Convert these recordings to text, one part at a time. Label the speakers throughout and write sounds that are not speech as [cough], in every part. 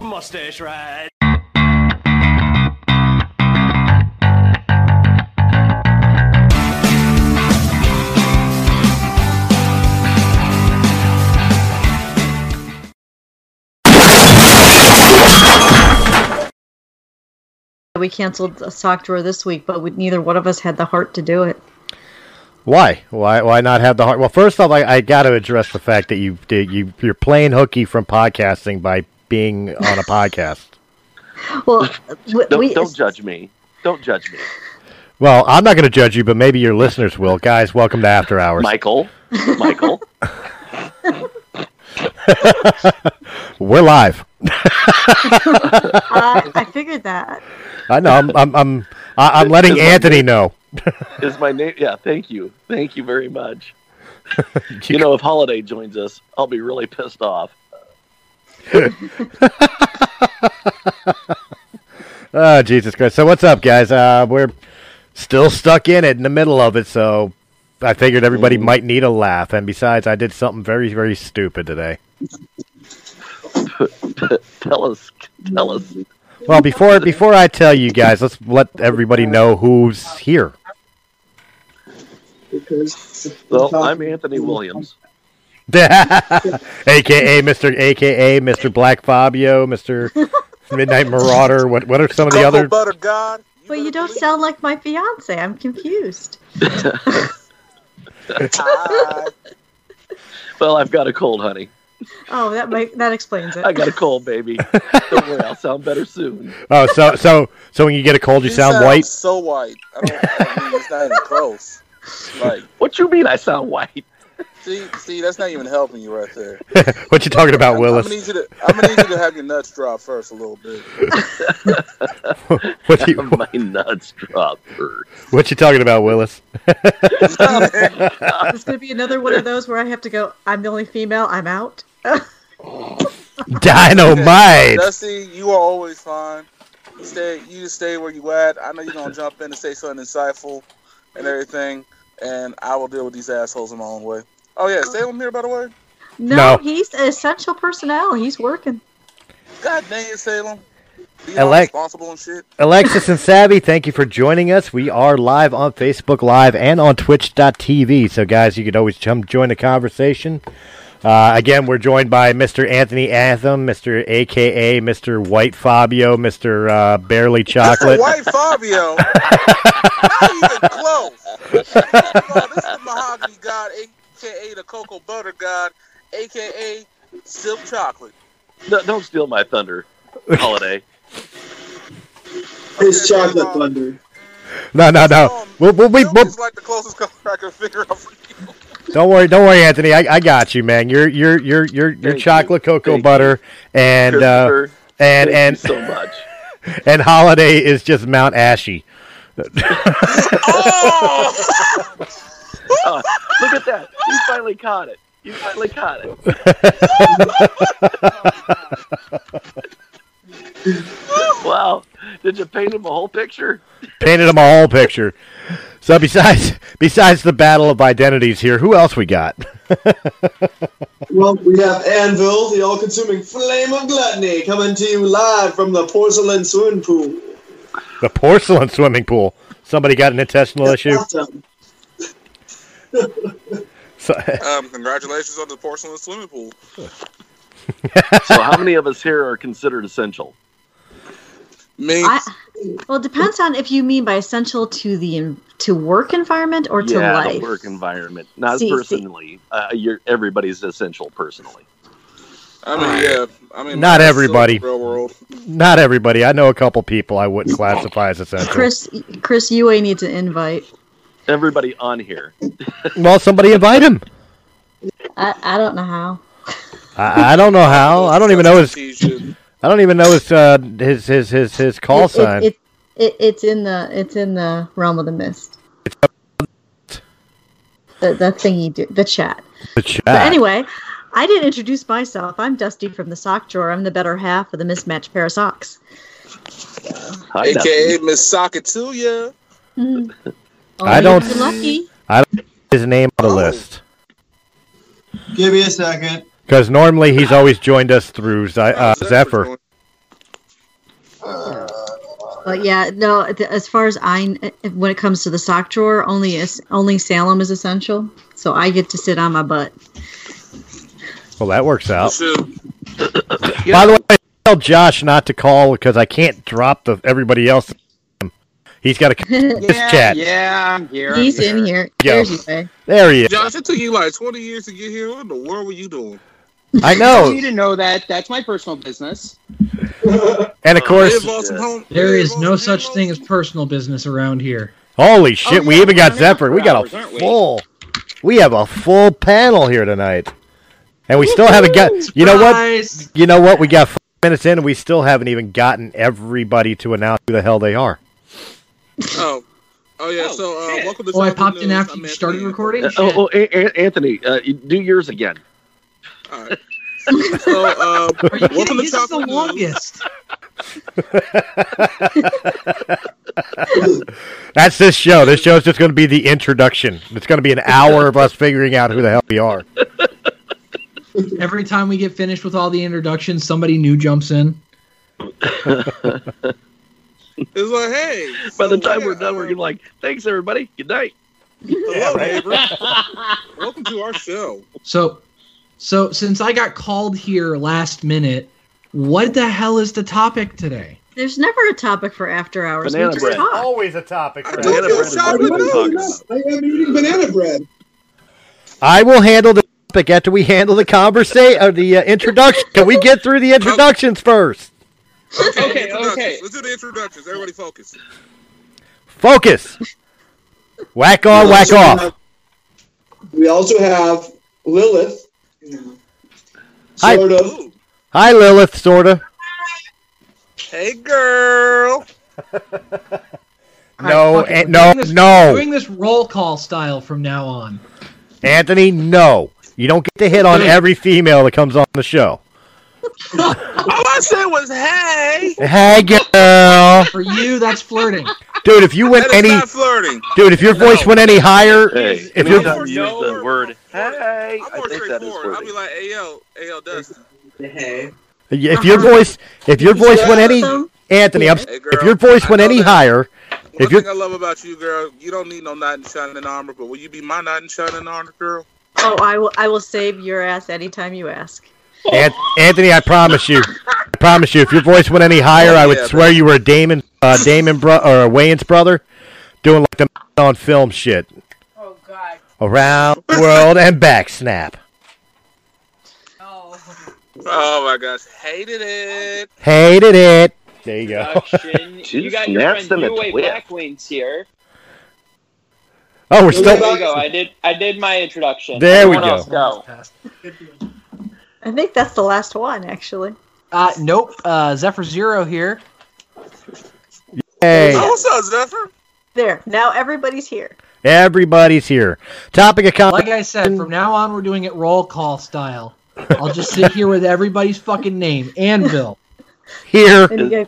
Speaker 1: mustache ride.
Speaker 2: We canceled a sock drawer this week, but we, neither one of us had the heart to do it.
Speaker 3: Why? Why? Why not have the heart? Well, first off, I, I got to address the fact that you did you you're playing hooky from podcasting by being on a [laughs] podcast.
Speaker 2: Well, we,
Speaker 4: [laughs] Don't,
Speaker 2: we-
Speaker 4: don't judge me. Don't judge me,
Speaker 3: Well, I'm not going to judge you, but maybe your listeners will. Guys, welcome to After Hours.
Speaker 4: Michael. Michael.
Speaker 3: We're live.
Speaker 2: I, I figured that.
Speaker 3: I know. I'm I'm I'm, I- I'm letting
Speaker 4: Is my-
Speaker 3: Anthony know.
Speaker 4: is my name. Yeah, thank you. Thank you very
Speaker 3: [laughs]
Speaker 4: much. You know, if Holiday joins us, I'll be really pissed off. [laughs]
Speaker 3: Oh, Jesus Christ. So what's up, guys? Uh, we're still stuck in it, in the middle of it. So I figured everybody might need a laugh. And besides, I did something very very stupid today.
Speaker 4: Tell us, tell us.
Speaker 3: Well, before before I tell you guys, let's let everybody know who's here. [laughs]
Speaker 4: Well, I'm Anthony Williams.
Speaker 3: AKA Mr. AKA Mr. Black Fabio, Mr. Midnight Marauder. What what are some of the
Speaker 5: Cocoa
Speaker 3: other?
Speaker 5: butter god.
Speaker 2: But you don't sound like my fiance. I'm confused. [laughs]
Speaker 5: Hi.
Speaker 4: Well, I've got a cold, honey.
Speaker 2: Oh, that might, that explains it.
Speaker 4: I got a cold, baby. Don't worry, I'll sound better soon.
Speaker 3: Oh, so so so when you get a cold, you sound
Speaker 5: sound
Speaker 3: white. [laughs]
Speaker 5: So white. I don't. I mean, it's not even close. Like,
Speaker 4: What you mean? I sound white?
Speaker 5: see, see, that's not even helping you right there.
Speaker 3: What you talking about,
Speaker 5: I'm gonna
Speaker 3: Willis?
Speaker 5: need you to. I'm gonna need you to have your nuts drop first a little bit.
Speaker 3: What [laughs] you
Speaker 4: [laughs] My nuts drop. first.
Speaker 3: what you talking about, Willis? [laughs]
Speaker 2: It's going to be another one of those where I have to go, I'm the only female, I'm out.
Speaker 3: Dynamite.
Speaker 5: Dusty, you are always fine. You stay. You just stay where you at. I know you're gonna jump in and say something insightful and everything, and I will deal with these assholes in my own way. Oh yeah, Salem here by the way.
Speaker 2: No,
Speaker 3: No.
Speaker 2: he's essential personnel. He's working.
Speaker 5: God dang it, Salem. Be
Speaker 3: Elec-
Speaker 5: responsible and shit.
Speaker 3: Alexis and Savvy, thank you for joining us. We are live on Facebook Live and on Twitch.tv. So, guys, you could always come join the conversation. Uh, again, we're joined by Mr. Anthony Anthem, Mr. AKA, Mr. White Fabio, Mr. Uh, Barely Chocolate.
Speaker 5: White Fabio. Not even close. First of all, this is the mahogany god, aka the cocoa butter god, aka silk chocolate.
Speaker 4: No, don't steal my thunder, Holiday.
Speaker 6: It's
Speaker 5: Okay,
Speaker 6: chocolate
Speaker 5: um,
Speaker 6: thunder.
Speaker 3: No, no, no.
Speaker 4: Um,
Speaker 3: We'll, we'll, we
Speaker 5: Silk
Speaker 3: we'll,
Speaker 5: is like the closest color [laughs] I can figure out for you.
Speaker 3: don't worry, don't worry, Anthony. I, I got you, man. You're you're you're you're
Speaker 4: Thank
Speaker 3: you're
Speaker 4: you.
Speaker 3: chocolate cocoa
Speaker 4: Thank you.
Speaker 3: butter and uh,
Speaker 4: Christopher,
Speaker 3: and
Speaker 4: thank
Speaker 3: and
Speaker 4: you so much.
Speaker 3: and holiday is just Mount Ashy.
Speaker 5: Oh! [laughs]
Speaker 4: Oh, look at that. You finally caught it. You finally caught it. wow. Did you paint him a whole picture?
Speaker 3: painted him a whole picture. So besides [laughs] besides the battle of identities here, who else we got? [laughs]
Speaker 6: Well, we have Anvil, the all-consuming flame of gluttony, coming to you live from the porcelain swimming pool.
Speaker 3: The porcelain swimming pool. Somebody got an intestinal issue.
Speaker 6: Bathtub.
Speaker 3: So, [laughs]
Speaker 5: Um, congratulations on the porcelain swimming pool.
Speaker 4: So, how many of us here are considered essential?
Speaker 5: Me,
Speaker 2: I, well, it depends on if you mean by essential to the en- to work environment or to
Speaker 4: yeah,
Speaker 2: life.
Speaker 4: the work environment. Not
Speaker 2: See, see.
Speaker 4: personally. Uh, you're, everybody's essential personally.
Speaker 5: I mean, yeah, I mean,
Speaker 3: Not
Speaker 5: it's still
Speaker 3: everybody.
Speaker 5: the Real world.
Speaker 3: not everybody. I know a couple people I wouldn't classify as essential.
Speaker 2: Chris, Chris, UA needs an invite.
Speaker 4: Everybody on here.
Speaker 3: Well, somebody invite him.
Speaker 2: I, I don't know how.
Speaker 3: I, I don't know how. Oh, I don't even know his.
Speaker 5: Teach
Speaker 3: I don't even know his uh, his his his his call
Speaker 2: It- it-
Speaker 3: sign.
Speaker 2: it- it- it's in the it's in the realm of the mist. The, the thing you do, the chat.
Speaker 3: the chat.
Speaker 2: But anyway, I didn't introduce myself. I'm Dusty from the sock drawer. I'm the better half of the mismatched pair of socks.
Speaker 4: Hi,
Speaker 5: you.
Speaker 4: Dustin.
Speaker 5: AKA Miss Sakatuya.
Speaker 2: Mm.
Speaker 3: I don't-
Speaker 2: You're lucky.
Speaker 3: his name on the list
Speaker 6: Give me a second.
Speaker 3: because normally he's always joined us through Zi- uh, Zephyr.
Speaker 2: But yeah, no. th- As far as I, kn- when it comes to the sock drawer, only is only Salem is essential. So I get to sit on my butt.
Speaker 3: Well, that works out.
Speaker 5: Shoot.
Speaker 3: By the way, I tell Josh not to call because I can't drop the everybody else. He's got to.
Speaker 2: He's
Speaker 3: This
Speaker 1: yeah,
Speaker 3: chat.
Speaker 1: Yeah, I'm here. I'm
Speaker 2: in here.
Speaker 3: Yo.
Speaker 2: There's you say.
Speaker 3: There he is.
Speaker 5: Josh, it took you like 20 years to get here. What in the world were you doing?
Speaker 3: I
Speaker 1: I don't
Speaker 3: know.
Speaker 1: need to know that. That's my personal [laughs] business.
Speaker 3: And of
Speaker 5: Live
Speaker 3: course,
Speaker 5: off some home-
Speaker 7: There
Speaker 5: live
Speaker 7: is
Speaker 5: off
Speaker 7: no
Speaker 5: some
Speaker 7: such
Speaker 5: home
Speaker 7: thing as
Speaker 5: loans?
Speaker 7: personal business around here.
Speaker 3: holy shit, we
Speaker 1: Oh, yeah,
Speaker 3: even got
Speaker 1: we're running
Speaker 3: Zephyr. We
Speaker 1: out
Speaker 3: got
Speaker 1: for hours,
Speaker 3: a
Speaker 1: aren't we?
Speaker 3: full. We have a full panel here tonight, and we still haven't got. You know what?
Speaker 7: Surprise!
Speaker 3: You know what? We got five minutes in, and we still haven't even gotten everybody to announce who the hell they are.
Speaker 5: Oh. Oh, yeah.
Speaker 1: Oh,
Speaker 5: so, uh,
Speaker 1: shit.
Speaker 5: welcome to
Speaker 7: Oh, I
Speaker 5: Talking
Speaker 7: popped in
Speaker 5: News.
Speaker 7: after
Speaker 5: I'm
Speaker 7: you
Speaker 5: Anthony.
Speaker 7: started recording.
Speaker 4: Uh, oh, oh, A- A- Anthony, uh, you- do yours again.
Speaker 7: [laughs]
Speaker 5: All right. so,
Speaker 7: Are
Speaker 5: uh,
Speaker 7: you
Speaker 5: welcome
Speaker 7: kidding?
Speaker 5: to
Speaker 7: This is the
Speaker 5: Talking News.
Speaker 7: longest.
Speaker 3: That's this show. This show is just going to be the introduction. It's going to be an hour of us figuring out who the hell we are.
Speaker 7: Every time we get finished with all the introductions, somebody new jumps in.
Speaker 5: It's like, hey.
Speaker 4: By
Speaker 5: so,
Speaker 4: the time
Speaker 5: yeah,
Speaker 4: we're done, we're
Speaker 5: uh,
Speaker 4: gonna be like, thanks everybody, good night.
Speaker 5: Hello, neighbor. Welcome to our show.
Speaker 7: So, so since I got called here last minute, what the hell is the topic today?
Speaker 2: There's never a topic for after hours.
Speaker 4: Banana
Speaker 2: we just
Speaker 4: bread. Oh.
Speaker 2: talk.
Speaker 3: a topic.
Speaker 5: I
Speaker 4: Banana
Speaker 5: told you
Speaker 4: bread
Speaker 5: it's
Speaker 4: is
Speaker 5: chocolate
Speaker 4: what we've been
Speaker 5: milk.
Speaker 4: talking
Speaker 6: Yes, I am eating banana bread.
Speaker 3: I will handle the topic after we handle the conversation or the uh, introduction. Can we get through the introductions first?
Speaker 1: Okay,
Speaker 5: introductions.
Speaker 1: okay.
Speaker 5: Let's do the introductions. Everybody focus.
Speaker 3: Focus. Whack on, whack off.
Speaker 6: We also have Lilith.
Speaker 3: Hi.
Speaker 6: Sort of.
Speaker 5: Ooh.
Speaker 3: Hi, Lilith, sorta.
Speaker 5: Hey, girl.
Speaker 3: No,
Speaker 7: All right, fuck it. We're
Speaker 3: and- no,
Speaker 7: doing this-
Speaker 3: no.
Speaker 7: we're Doing this roll call style from now on.
Speaker 3: Anthony, no. You don't get to hit on every female that comes on the show.
Speaker 5: All Oh, I said was, hey.
Speaker 3: Hey, girl.
Speaker 7: For you, that's flirting.
Speaker 3: Dude, if you went
Speaker 5: That is
Speaker 3: any,
Speaker 5: not flirting.
Speaker 3: dude, if your voice went any higher,
Speaker 4: Hey,
Speaker 3: if
Speaker 4: you
Speaker 3: you're,
Speaker 4: don't use the word hey,
Speaker 5: I'm
Speaker 4: I
Speaker 5: more
Speaker 4: think that is
Speaker 5: straightforward. I'll be
Speaker 4: worthy.
Speaker 5: like, hey, yo, hey, yo, Dustin.
Speaker 3: if your voice, if your voice went any, Anthony, I'm,
Speaker 5: Hey, girl.
Speaker 3: if your voice went any higher,
Speaker 5: One
Speaker 3: if you're-
Speaker 5: thing I love about you, girl, you don't need no knight in shining armor, but will you be my knight in shining armor, girl?
Speaker 2: Oh, I will. I will save your ass anytime you ask.
Speaker 3: An- Anthony, I promise you, I promise you, if your voice went any higher, I would
Speaker 5: Yeah,
Speaker 3: swear you were a Damon, uh, Damon bro- or Wayne's brother, doing like the on film shit.
Speaker 8: Oh God.
Speaker 3: Around the world and back snap.
Speaker 8: Oh.
Speaker 5: Oh my gosh, hated it.
Speaker 3: Hated it. There you go.
Speaker 1: Production. Oh, you got your
Speaker 4: Snatched
Speaker 1: friend
Speaker 4: them
Speaker 1: New
Speaker 4: a
Speaker 1: Way
Speaker 4: twist.
Speaker 1: Black Wings here.
Speaker 3: Oh, we're
Speaker 1: There
Speaker 3: still.
Speaker 1: we go. I did. I did my introduction.
Speaker 3: There we
Speaker 1: Everyone
Speaker 3: go.
Speaker 1: else go.
Speaker 2: I think that's the last one, actually.
Speaker 7: Uh, nope. Uh, Zephyr Zero here.
Speaker 3: Hey,
Speaker 5: Oh, what's up, Zephyr?
Speaker 2: There. Now everybody's here.
Speaker 3: everybody's here. Topic
Speaker 7: Like
Speaker 3: of conversation.
Speaker 7: I said, from now on, we're doing it roll call style. I'll just sit here with everybody's fucking name. Anvil,
Speaker 3: here.
Speaker 2: And you guys,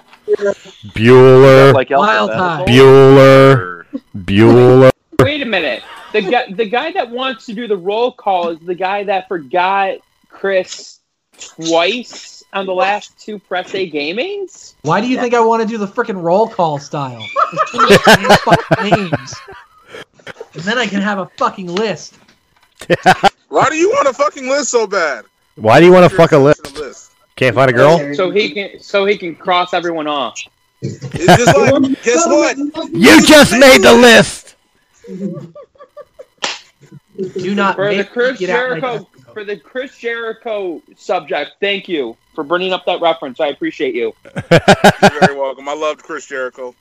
Speaker 3: Bueller.
Speaker 4: Like
Speaker 7: Wild
Speaker 4: alphabetical?
Speaker 7: High.
Speaker 3: Bueller. Bueller.
Speaker 1: Wait a minute. The guy. The guy that wants to do the roll call is the guy that forgot Chris twice on the last two press A gamings.
Speaker 7: why do you think I want to do the freaking roll call style? It's [laughs] too many damn fucking names. And then I can have a fucking list.
Speaker 5: Why do you want a fucking list so bad?
Speaker 3: Why do you want to fuck a list?
Speaker 5: It's just
Speaker 3: Can't find a girl?
Speaker 1: So he can. So he can cross everyone off.
Speaker 5: like, guess what?
Speaker 3: You just made the list. [laughs]
Speaker 7: Do not
Speaker 1: For the
Speaker 7: make me
Speaker 1: Chris
Speaker 7: Uh, get out my
Speaker 1: Jericho.
Speaker 7: Jessica.
Speaker 1: For the Chris Jericho subject. Thank you for bringing up that reference. I appreciate you.
Speaker 5: You're very welcome. I loved Chris Jericho.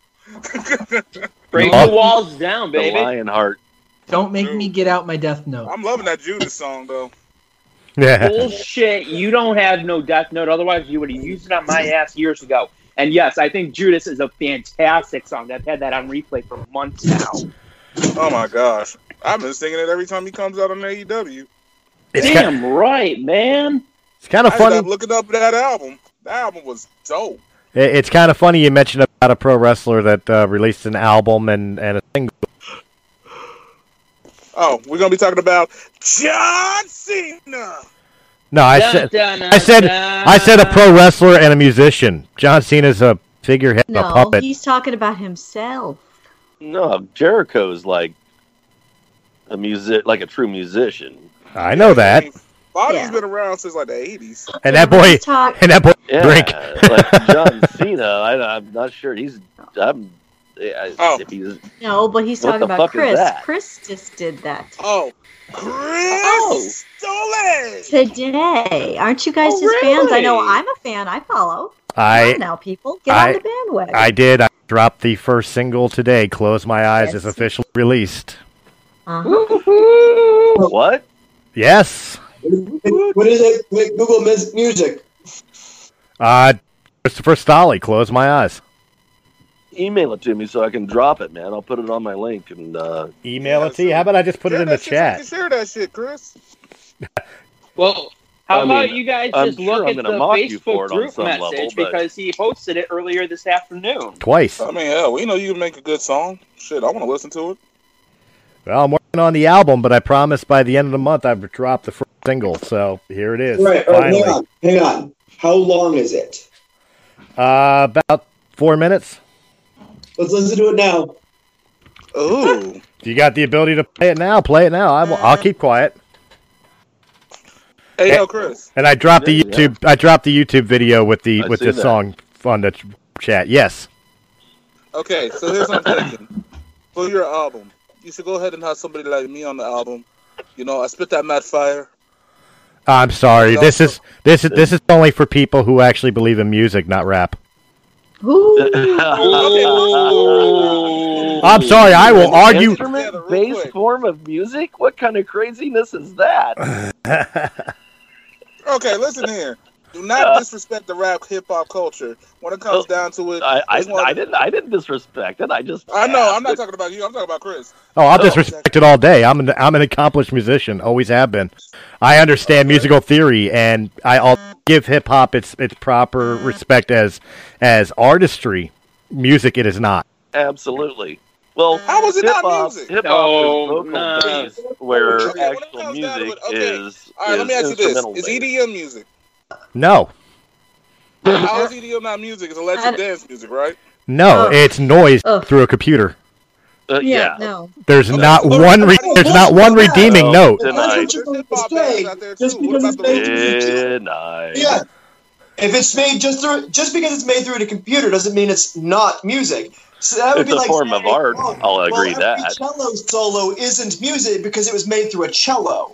Speaker 1: Break
Speaker 3: Oh.
Speaker 1: the walls down,
Speaker 4: The
Speaker 1: baby.
Speaker 4: lion heart.
Speaker 7: Don't make me get out my death note.
Speaker 5: I'm loving that Judas song though.
Speaker 3: Yeah.
Speaker 1: Bullshit. You don't have no Death Note. Otherwise, you would have used it on my ass years ago. And yes, I think Judas is a fantastic song. I've had that on replay for months now.
Speaker 5: Oh my gosh, I've been singing it every time he comes out on E AEW.
Speaker 3: It's ki-
Speaker 1: Damn right, man.
Speaker 3: It's kind of
Speaker 5: I ended up
Speaker 3: funny.
Speaker 5: looking up that album. That album was dope.
Speaker 3: it- It's kind of funny you mentioned about a pro wrestler that uh, released an album and and a single.
Speaker 5: Oh, we're gonna be talking about John Cena.
Speaker 3: No, I said I said I said a pro wrestler and a musician. John Cena's a figurehead,
Speaker 2: No,
Speaker 3: a puppet.
Speaker 2: he's talking about himself.
Speaker 4: No, Jericho's like a music, like a true musician.
Speaker 3: I know
Speaker 2: [laughs]
Speaker 3: Oh, that,
Speaker 5: Bobby's
Speaker 2: Yeah.
Speaker 5: been around since like the 80s.
Speaker 3: and that boy,
Speaker 2: He's talk-
Speaker 3: and that boy,
Speaker 4: Yeah,
Speaker 3: drink.
Speaker 4: like John Cena. I, I'm not sure he's. I'm. I,
Speaker 5: Oh.
Speaker 4: If he's
Speaker 2: no, but he's
Speaker 4: What
Speaker 2: talking
Speaker 4: the
Speaker 2: about
Speaker 4: fuck is
Speaker 2: Chris.
Speaker 4: that?
Speaker 2: Chris just did that
Speaker 5: Oh, Chris Stolen.
Speaker 2: today. Aren't you guys
Speaker 4: Oh,
Speaker 2: just fans? I know
Speaker 4: really?
Speaker 2: I'm a fan. I follow. Come
Speaker 3: I
Speaker 2: on now, people, get
Speaker 3: I-
Speaker 2: on the bandwagon.
Speaker 3: I did. I dropped the first single today. Close my eyes
Speaker 2: Yes.
Speaker 3: is officially released.
Speaker 2: Uh-huh.
Speaker 1: Woohoo!
Speaker 4: what?
Speaker 3: Yes.
Speaker 6: What is it? Wait, Google Mus- Music.
Speaker 3: Uh, Christopher Stolle, close my eyes.
Speaker 4: Email it to me so I can drop it, man. I'll put it on my link and uh, [laughs]
Speaker 3: Email
Speaker 5: it to you.
Speaker 3: How about I just put it
Speaker 5: Share
Speaker 3: in the
Speaker 5: that shit so we can
Speaker 3: chat?
Speaker 5: Share that shit, Chris.
Speaker 1: Well, how
Speaker 4: I
Speaker 1: about
Speaker 4: mean,
Speaker 1: you guys
Speaker 4: I'm
Speaker 1: just
Speaker 4: sure
Speaker 1: look
Speaker 4: I'm
Speaker 1: at the
Speaker 4: gonna mock you for
Speaker 1: Facebook
Speaker 4: it on
Speaker 1: group
Speaker 4: some
Speaker 1: message
Speaker 4: level, but-
Speaker 1: because he posted it earlier this afternoon.
Speaker 3: Twice.
Speaker 5: I mean, hell, we know you can make a good song. Shit, I want to listen to it.
Speaker 3: Well, I'm working on the album, but I promise by the end of the month I've dropped the first single. So here it is.
Speaker 6: Right. oh, right,
Speaker 3: finally.
Speaker 6: hang on. Hang on. How long is it?
Speaker 3: Uh, about four minutes.
Speaker 6: Let's listen to it now.
Speaker 5: [laughs] Ooh.
Speaker 3: If you got the ability to play it now, play it now. I will, I'll keep quiet.
Speaker 5: hey, yo, Chris.
Speaker 3: And I dropped the
Speaker 4: Yeah,
Speaker 3: YouTube. I dropped the YouTube video with the
Speaker 4: I
Speaker 3: with
Speaker 4: see
Speaker 3: this
Speaker 4: that.
Speaker 3: song on the ch- chat. Yes.
Speaker 5: Okay, so here's what I'm thinking. For your album, you should go ahead and have somebody like me on the album. You know, I spit that mad fire.
Speaker 3: I'm sorry.
Speaker 5: No,
Speaker 3: This is this is this is only for people who actually believe in music, not rap.
Speaker 4: [laughs]
Speaker 2: [laughs]
Speaker 3: I'm sorry. I will argue.
Speaker 5: Real
Speaker 4: instrument-based
Speaker 5: quick.
Speaker 4: form of music. What kind of craziness is
Speaker 5: [laughs]
Speaker 4: that?
Speaker 5: Okay, listen here. Do not disrespect the rap hip hop culture. When it comes
Speaker 4: Oh,
Speaker 5: down to it,
Speaker 4: I, I,
Speaker 5: it's one of
Speaker 4: I
Speaker 5: the-
Speaker 4: didn't I didn't disrespect it. I just
Speaker 5: I know. I'm not
Speaker 4: asked.
Speaker 5: talking about you. I'm talking about Chris.
Speaker 3: Oh, I'll
Speaker 4: No.
Speaker 3: disrespect it all day. I'm an I'm an accomplished musician. Always have been. I understand musical theory, and I- I'll give hip hop its its proper respect as as artistry. Music, it is not.
Speaker 4: absolutely. Well,
Speaker 5: How is it not
Speaker 4: hip-hop-
Speaker 5: music?
Speaker 4: Hip-hop
Speaker 1: No,
Speaker 4: is vocal
Speaker 1: no.
Speaker 4: based, where
Speaker 5: Okay, when it
Speaker 4: actual
Speaker 5: comes down to
Speaker 4: music
Speaker 5: it, okay.
Speaker 4: is.
Speaker 5: All right, let me
Speaker 4: is
Speaker 5: ask you this:
Speaker 4: instrumental
Speaker 5: Is E
Speaker 4: based. [laughs]
Speaker 5: EDM music? E
Speaker 3: No,
Speaker 5: How is EDM not music? It's
Speaker 2: I
Speaker 5: electric
Speaker 2: don't-
Speaker 5: dance music, right?
Speaker 3: no,
Speaker 2: Oh.
Speaker 3: it's noise
Speaker 2: Oh.
Speaker 3: through a computer.
Speaker 4: Uh, yeah.
Speaker 2: no.
Speaker 3: There's
Speaker 5: Okay,
Speaker 3: not
Speaker 5: so what
Speaker 3: one.
Speaker 5: about
Speaker 3: Re-
Speaker 5: the
Speaker 3: there's not one
Speaker 6: bullshit about-
Speaker 3: redeeming note.
Speaker 4: Then
Speaker 6: That's
Speaker 4: I-
Speaker 6: what you're going to display.
Speaker 5: out there,
Speaker 6: Just
Speaker 5: too. What
Speaker 6: because
Speaker 5: about
Speaker 6: it's
Speaker 5: the
Speaker 6: made through the computer.
Speaker 4: Denied.
Speaker 6: Yeah. If it's made just through, just because it's made through the computer doesn't mean it's not music. So that would
Speaker 4: It's
Speaker 6: be
Speaker 4: a
Speaker 6: like
Speaker 4: form of
Speaker 6: saying,
Speaker 4: art.
Speaker 6: oh,
Speaker 4: I'll
Speaker 6: well,
Speaker 4: agree
Speaker 6: every
Speaker 4: that.
Speaker 6: cello solo isn't music because it was made through a cello.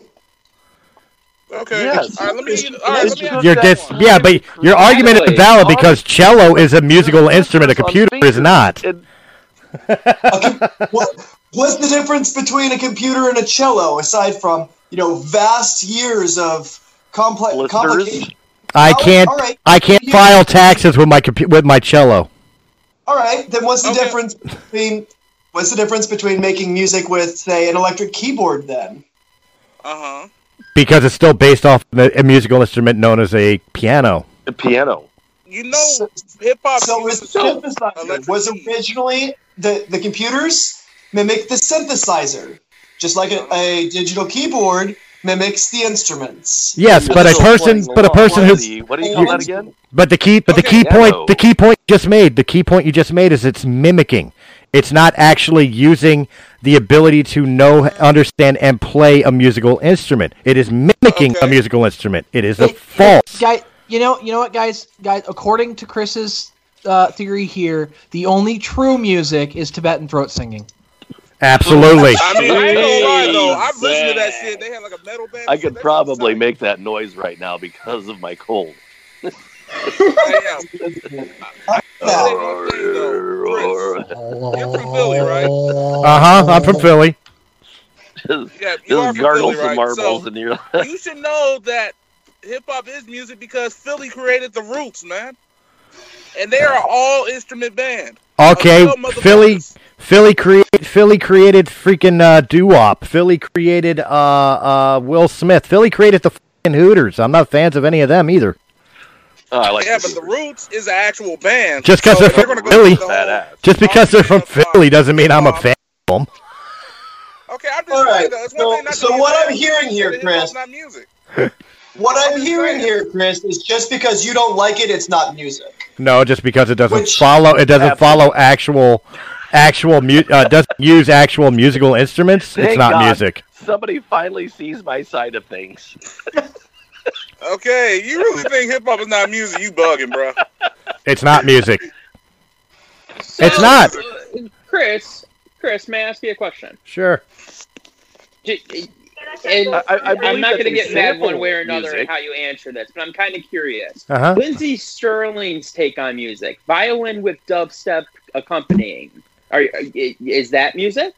Speaker 5: Okay.
Speaker 4: Yes.
Speaker 5: All right, let me. All right, let me ask
Speaker 3: You're
Speaker 5: you
Speaker 4: That's
Speaker 3: dis-
Speaker 5: that one.
Speaker 3: yeah, but your argument is
Speaker 1: Exactly.
Speaker 3: valid because cello is a musical
Speaker 4: There's
Speaker 3: instrument. A
Speaker 4: difference on
Speaker 3: computer is
Speaker 4: speakers.
Speaker 3: not.
Speaker 4: It-
Speaker 6: what, what's the difference between a computer and a cello aside from you know vast years of complex
Speaker 4: Blisters.
Speaker 6: complicated
Speaker 3: I
Speaker 6: All right,
Speaker 3: can't.
Speaker 6: all right.
Speaker 3: I can't
Speaker 6: You-
Speaker 3: file taxes with my compu- with my cello.
Speaker 6: All right, then what's the
Speaker 5: Okay.
Speaker 6: difference between what's the difference between making music with say an electric keyboard then?
Speaker 5: Uh huh.
Speaker 3: because it's still based off the- a musical instrument known as a piano.
Speaker 4: the piano.
Speaker 5: You know, hip hop.
Speaker 6: So is
Speaker 5: music-
Speaker 6: the synthesizer
Speaker 5: Electric
Speaker 6: was
Speaker 5: key.
Speaker 6: originally the the computers mimic the synthesizer, just like
Speaker 5: Uh-huh.
Speaker 6: a, a digital keyboard mimics the instruments.
Speaker 3: Yes, but a
Speaker 4: Digital
Speaker 3: person,
Speaker 4: playing
Speaker 3: but a
Speaker 4: along
Speaker 3: person
Speaker 4: with
Speaker 3: who,
Speaker 4: the- E What do you call that again?
Speaker 3: but the key, but the key
Speaker 5: Okay,
Speaker 3: point,
Speaker 4: piano.
Speaker 3: the key point you just made, the key point you just made is it's mimicking. It's not actually using the ability to know, understand, and play a musical instrument. It is mimicking a
Speaker 5: Okay.
Speaker 3: musical instrument. It is a
Speaker 7: It-
Speaker 3: false.
Speaker 7: Guy, you know, you know what, guys, guys. According to Chris's uh, theory here, the only true music is Tibetan throat singing.
Speaker 3: Absolutely.
Speaker 5: I mean, I ain't gonna lie though. I've listened to that shit. They had like a metal band.
Speaker 4: I
Speaker 5: and shit.
Speaker 4: could
Speaker 5: That shit was
Speaker 4: probably
Speaker 5: tight.
Speaker 4: make that noise right now because of my cold. [laughs]
Speaker 5: Damn. Uh-huh.
Speaker 6: Now,
Speaker 5: Chris, You're from
Speaker 7: [laughs]
Speaker 5: Philly, right?
Speaker 3: Uh huh. I'm from Philly.
Speaker 4: Just,
Speaker 5: Yeah, you are
Speaker 4: just
Speaker 5: from
Speaker 4: gargle
Speaker 5: Philly,
Speaker 4: some
Speaker 5: right?
Speaker 4: marbles [laughs]
Speaker 5: So
Speaker 4: in your.
Speaker 5: you should know that hip hop is music because Philly created the roots, man. And they are all instrument band.
Speaker 3: Okay,
Speaker 5: Until motherfuckers-
Speaker 3: Philly. Philly created Philly created freaking uh, doo wop. Philly created uh, uh, Will Smith. Philly created the freaking Hooters. I'm not fans of any of them either.
Speaker 4: Oh, I like
Speaker 5: yeah,
Speaker 4: this. [laughs]
Speaker 5: but the Roots is an actual band.
Speaker 3: Just 'cause they're
Speaker 5: if you're
Speaker 3: from
Speaker 5: gonna go
Speaker 3: Philly.
Speaker 5: with the whole-
Speaker 4: Badass.
Speaker 3: Just because they're from Philly doesn't mean I'm a fan.
Speaker 5: Okay, I'm just
Speaker 6: All right.
Speaker 5: saying though. It's one
Speaker 6: So,
Speaker 5: thing not to
Speaker 6: so
Speaker 5: be
Speaker 6: what
Speaker 5: a fan,
Speaker 6: I'm hearing
Speaker 5: but
Speaker 6: here,
Speaker 5: hip hop's
Speaker 6: Chris,
Speaker 5: not music.
Speaker 6: What I'm hearing here, Chris, is just because you don't like it, it's not music.
Speaker 3: No, just because it doesn't
Speaker 6: Which-
Speaker 3: follow it doesn't
Speaker 4: Absolutely.
Speaker 3: follow actual actual mu- uh, doesn't use actual musical instruments. it's
Speaker 4: Thank
Speaker 3: not
Speaker 4: God.
Speaker 3: music.
Speaker 4: Somebody finally sees my side of things.
Speaker 5: Okay, you really think hip hop is not music? You bugging, bro.
Speaker 3: It's not music.
Speaker 1: So,
Speaker 3: It's not.
Speaker 1: Chris, Chris, may I ask you a question?
Speaker 3: Sure.
Speaker 1: J- And
Speaker 4: I, I, I
Speaker 1: I'm
Speaker 4: believe
Speaker 1: not
Speaker 4: that
Speaker 1: going to
Speaker 4: they
Speaker 1: get mad
Speaker 4: sample
Speaker 1: one way or another
Speaker 4: music.
Speaker 1: at how you answer this, but I'm kind of curious.
Speaker 3: Uh huh.
Speaker 1: Lindsey Sterling's take on music, violin with dubstep accompanying. Are, is that music?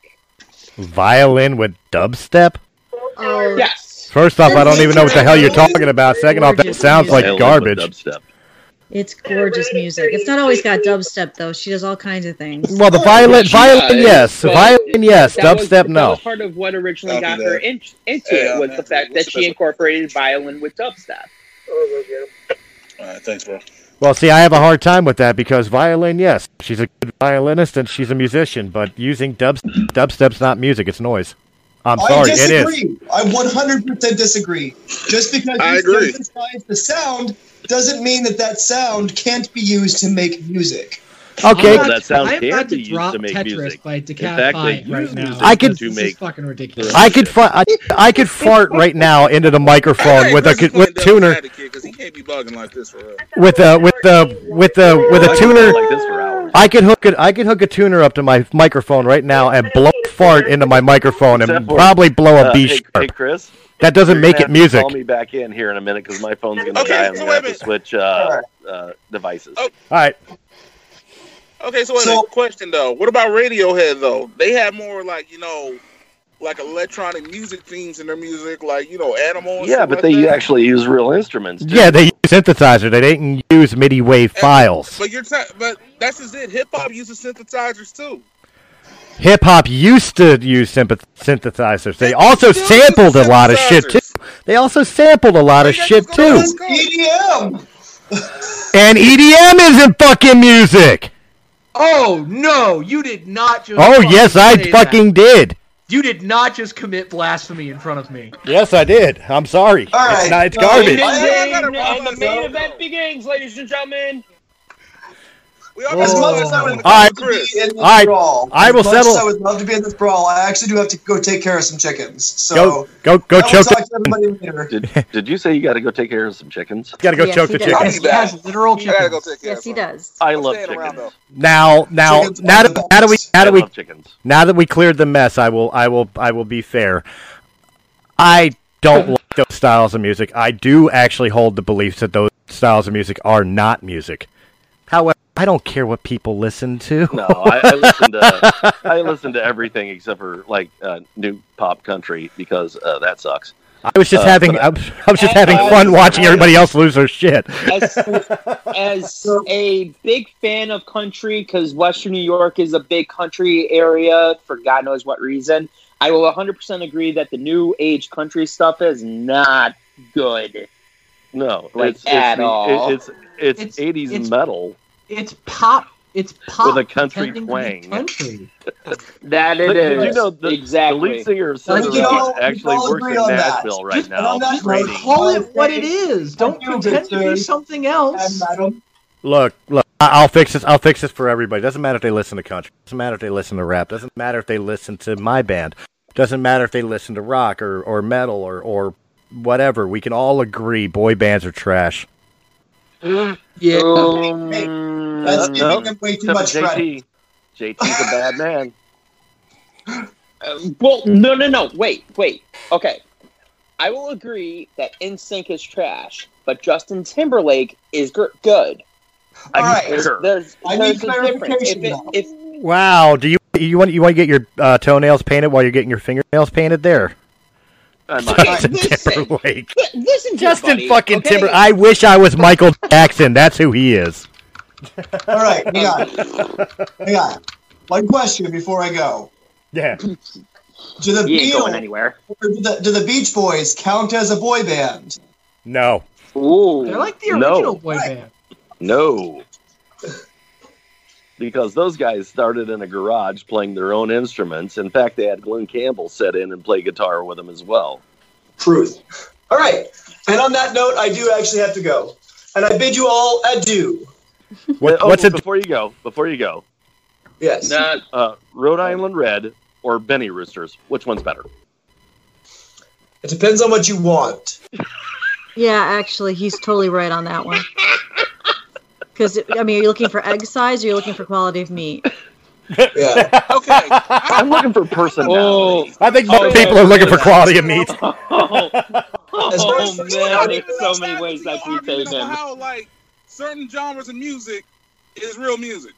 Speaker 3: Violin with dubstep.
Speaker 2: Oh,
Speaker 1: Yes.
Speaker 3: First off, I don't even know what the hell you're talking about. Second off, that sounds
Speaker 4: I
Speaker 3: like
Speaker 4: love
Speaker 3: garbage.
Speaker 4: dubstep.
Speaker 2: it's gorgeous music. It's not always got dubstep though. She does all kinds of things.
Speaker 3: Well, the violin,
Speaker 1: She
Speaker 3: violin,
Speaker 1: does,
Speaker 3: yes,
Speaker 1: but
Speaker 3: violin, yes,
Speaker 1: That was-
Speaker 3: dubstep,
Speaker 1: That
Speaker 3: no.
Speaker 1: was part of what originally
Speaker 5: Copy
Speaker 1: got
Speaker 5: that.
Speaker 1: her in, into
Speaker 5: Hey,
Speaker 1: it
Speaker 5: uh,
Speaker 1: was the
Speaker 5: Matthew, what's
Speaker 1: fact that
Speaker 5: the
Speaker 1: she
Speaker 5: best-
Speaker 1: incorporated violin with dubstep.
Speaker 5: All right, thanks, bro.
Speaker 3: Well, see, I have a hard time with that because violin, yes, she's a good violinist and she's a musician, but using dub, dubstep's not music; it's noise. I'm
Speaker 6: I
Speaker 3: sorry, it
Speaker 6: disagree.
Speaker 3: is.
Speaker 6: I 100% disagree. Just because
Speaker 5: I
Speaker 6: you
Speaker 5: agree.
Speaker 6: synthesize the sound doesn't mean that that sound can't be used to make music.
Speaker 3: Okay,
Speaker 7: I'm about
Speaker 4: That
Speaker 7: to-
Speaker 4: sound
Speaker 7: I'm about
Speaker 4: can
Speaker 7: to
Speaker 4: be used
Speaker 7: drop
Speaker 4: to make
Speaker 7: Tetris
Speaker 4: music.
Speaker 7: by Decaf
Speaker 4: fact, they
Speaker 7: Five right
Speaker 4: use
Speaker 7: now.
Speaker 4: music
Speaker 3: I could-
Speaker 7: This is
Speaker 4: to make-
Speaker 7: fucking ridiculous.
Speaker 3: I
Speaker 4: [laughs]
Speaker 3: could fi- I, I could fart right now into the microphone with a with tuner
Speaker 5: because he can't be bugging like this for real.
Speaker 3: with a with a with a with a
Speaker 4: I've been
Speaker 3: tuner.
Speaker 4: like this for hours.
Speaker 3: I could hook it. I could hook a tuner up to my microphone right now and blow a fart into my microphone and
Speaker 4: Except for-
Speaker 3: probably blow
Speaker 4: Uh,
Speaker 3: a B
Speaker 4: hey, hey,
Speaker 3: sharp.
Speaker 4: Chris.
Speaker 3: That doesn't
Speaker 4: you're
Speaker 3: make it
Speaker 4: gonna have to
Speaker 3: music.
Speaker 4: Call me back in here in a minute because my phone's going to
Speaker 5: Okay,
Speaker 4: die. I'm
Speaker 5: so
Speaker 4: going to have
Speaker 5: wait
Speaker 4: to
Speaker 5: a
Speaker 4: switch uh, uh, devices.
Speaker 5: Oh.
Speaker 3: All right.
Speaker 5: Okay, so, wait,
Speaker 6: So-
Speaker 5: a question though. What about Radiohead though? They have more like you know, like electronic music themes in their music, like you know, animals.
Speaker 4: Yeah, but they actually use real instruments. Too.
Speaker 3: Yeah, they use synthesizer. They didn't use MIDI wave files.
Speaker 5: But you're ta- but that's just it. Hip hop uses synthesizers too.
Speaker 3: Hip hop used to use sympath- synthesizers. They also
Speaker 5: Still
Speaker 3: sampled a lot of shit too.
Speaker 5: synthesizers.
Speaker 3: They also sampled a lot of
Speaker 5: Yeah,
Speaker 3: shit
Speaker 5: just go
Speaker 3: too.
Speaker 5: on.
Speaker 6: It's EDM.
Speaker 3: And E EDM isn't fucking music.
Speaker 7: Oh no, you did not just.
Speaker 3: Oh
Speaker 7: fucking
Speaker 3: yes, I
Speaker 7: say that.
Speaker 3: fucking did.
Speaker 7: You did not just commit blasphemy in front of
Speaker 4: [laughs]
Speaker 7: me.
Speaker 3: Yes, I did. I'm sorry.
Speaker 6: All right.
Speaker 3: It's, not, it's
Speaker 6: Uh,
Speaker 3: garbage.
Speaker 6: I- I
Speaker 1: And
Speaker 6: gotta
Speaker 1: and the
Speaker 5: run
Speaker 1: main
Speaker 5: myself.
Speaker 1: event begins, ladies and gentlemen.
Speaker 5: We all
Speaker 6: As much as I
Speaker 7: Oh.
Speaker 6: would love
Speaker 3: Alright.
Speaker 6: to be in this
Speaker 3: Alright.
Speaker 6: brawl,
Speaker 3: I will
Speaker 6: as much as
Speaker 3: settle-
Speaker 6: I would love to be in this brawl. I actually do have to go take care of some chickens. So
Speaker 3: Go, go, go!
Speaker 6: I will
Speaker 3: Choke.
Speaker 6: talk
Speaker 3: The,
Speaker 6: to everybody later.
Speaker 4: Did, did you say you got to go take care of some chickens?
Speaker 3: gotta go
Speaker 2: Yes,
Speaker 3: choke
Speaker 2: he
Speaker 3: the
Speaker 2: did.
Speaker 3: chicken.
Speaker 5: Yes.
Speaker 7: He has literal
Speaker 5: I gotta go
Speaker 7: chickens.
Speaker 5: take care.
Speaker 2: Yes,
Speaker 5: of
Speaker 2: he
Speaker 5: something.
Speaker 2: does.
Speaker 4: I
Speaker 5: I'm
Speaker 4: love
Speaker 5: staying around,
Speaker 4: chickens.
Speaker 3: Now, now,
Speaker 6: Chicken's
Speaker 3: now,
Speaker 6: on the
Speaker 3: that, now that we
Speaker 6: box.
Speaker 3: now
Speaker 4: I
Speaker 3: that we
Speaker 4: love chickens.
Speaker 3: now that we cleared the mess, I will I will I will be fair. I don't like those styles of music. I do actually hold the beliefs that those styles of music are not music. However, I don't care what people listen to.
Speaker 4: No, I, I listen to I listen to everything except for like uh, new pop country because uh, that sucks.
Speaker 3: I was just
Speaker 4: Uh,
Speaker 3: having
Speaker 4: but
Speaker 3: I, was- I was just having
Speaker 1: I-
Speaker 3: fun watching everybody else lose their shit.
Speaker 6: [laughs]
Speaker 1: as, as a big fan of country, because Western New York is a big country area for God knows what reason, I will 100% agree that the new age country stuff is not good.
Speaker 4: No,
Speaker 1: Like,
Speaker 4: it's,
Speaker 1: at
Speaker 4: it's, the-
Speaker 1: all.
Speaker 4: it- it's it's
Speaker 7: It's-
Speaker 4: eighties
Speaker 7: it's-
Speaker 4: metal.
Speaker 7: It's pop. It's pop
Speaker 4: With a country
Speaker 7: pretending to be
Speaker 4: twang.
Speaker 7: Country.
Speaker 1: That it
Speaker 4: But
Speaker 1: is
Speaker 4: did you know the-
Speaker 1: exactly.
Speaker 4: The lead singer of
Speaker 7: Like,
Speaker 4: Southern
Speaker 7: you
Speaker 4: Rock
Speaker 6: know, we
Speaker 4: actually
Speaker 6: all
Speaker 4: works in
Speaker 6: agree on that.
Speaker 4: Nashville right
Speaker 7: Just-
Speaker 4: now.
Speaker 6: just-
Speaker 4: training.
Speaker 6: just-
Speaker 7: Call it what it is. Don't pretend to be something
Speaker 6: And
Speaker 7: else.
Speaker 6: madam,
Speaker 3: Look, look, I- I'll fix this. I'll fix this for everybody. Doesn't matter if they listen to country. Doesn't matter if they listen to rap. Doesn't matter if they listen to my band. Doesn't matter if they listen to rock or, or metal or, or whatever. We can all agree boy bands are trash.
Speaker 7: Yeah.
Speaker 1: Um,
Speaker 6: Hey, that's
Speaker 4: Uh,
Speaker 6: giving
Speaker 4: no.
Speaker 6: them way too
Speaker 4: Except
Speaker 6: much
Speaker 4: for
Speaker 6: credit.
Speaker 4: JT. JT's a
Speaker 6: [laughs]
Speaker 4: bad man.
Speaker 1: Uh, well, no, no, no. Wait, wait. Okay. I will agree that NSYNC is trash, but Justin Timberlake is gr- good.
Speaker 4: I
Speaker 6: All
Speaker 4: can
Speaker 6: right.
Speaker 1: There's,
Speaker 4: sure.
Speaker 1: there's,
Speaker 6: I
Speaker 1: there's
Speaker 6: need
Speaker 1: a difference. If
Speaker 6: clarification
Speaker 1: it,
Speaker 6: now.
Speaker 1: if,
Speaker 3: Wow. Do you you want you want to get your uh, toenails painted while you're getting your fingernails painted there?
Speaker 4: I might.
Speaker 1: okay,
Speaker 3: [laughs] Justin
Speaker 1: listen,
Speaker 3: Timberlake.
Speaker 1: Li- Listen, to
Speaker 3: Justin
Speaker 1: it, buddy,
Speaker 3: fucking
Speaker 1: okay?
Speaker 3: Timber. I wish I was Michael Jackson. That's who he is.
Speaker 6: All right, hang
Speaker 1: [laughs]
Speaker 6: on. hang on. One question before I go.
Speaker 3: Yeah.
Speaker 6: Do the,
Speaker 1: he ain't going
Speaker 6: Beatles,
Speaker 1: anywhere.
Speaker 6: or do, the, do the Beach Boys count as a boy band?
Speaker 3: No.
Speaker 1: Ooh,
Speaker 7: They're like the
Speaker 4: No.
Speaker 7: original boy band.
Speaker 4: No. Because those guys started in a garage playing their own instruments. In fact, they had Glenn Campbell set in and play guitar with them as well.
Speaker 6: Truth. All right. And on that note, I do actually have to go. And I bid you all adieu.
Speaker 3: What,
Speaker 4: oh,
Speaker 3: what's a
Speaker 4: before you go? Before you go,
Speaker 6: Yes.
Speaker 1: Not
Speaker 4: uh, Rhode Island Red or Benny Roosters? Which one's better?
Speaker 6: It depends on what you
Speaker 1: [laughs]
Speaker 6: want.
Speaker 2: Yeah, actually, he's totally right on that one. Because I mean, are you looking for egg size? Or are you looking for quality of meat?
Speaker 6: Yeah.
Speaker 5: Okay.
Speaker 3: [laughs]
Speaker 4: I'm looking for personality.
Speaker 3: I think more
Speaker 1: Oh, yeah,
Speaker 3: people are looking for
Speaker 4: yeah.
Speaker 3: quality of
Speaker 1: [laughs]
Speaker 3: meat.
Speaker 1: oh,
Speaker 6: as
Speaker 1: oh man,
Speaker 6: not even
Speaker 1: there's so many ways that can be
Speaker 5: argument over
Speaker 1: taken.
Speaker 5: How like certain genres of music is real music,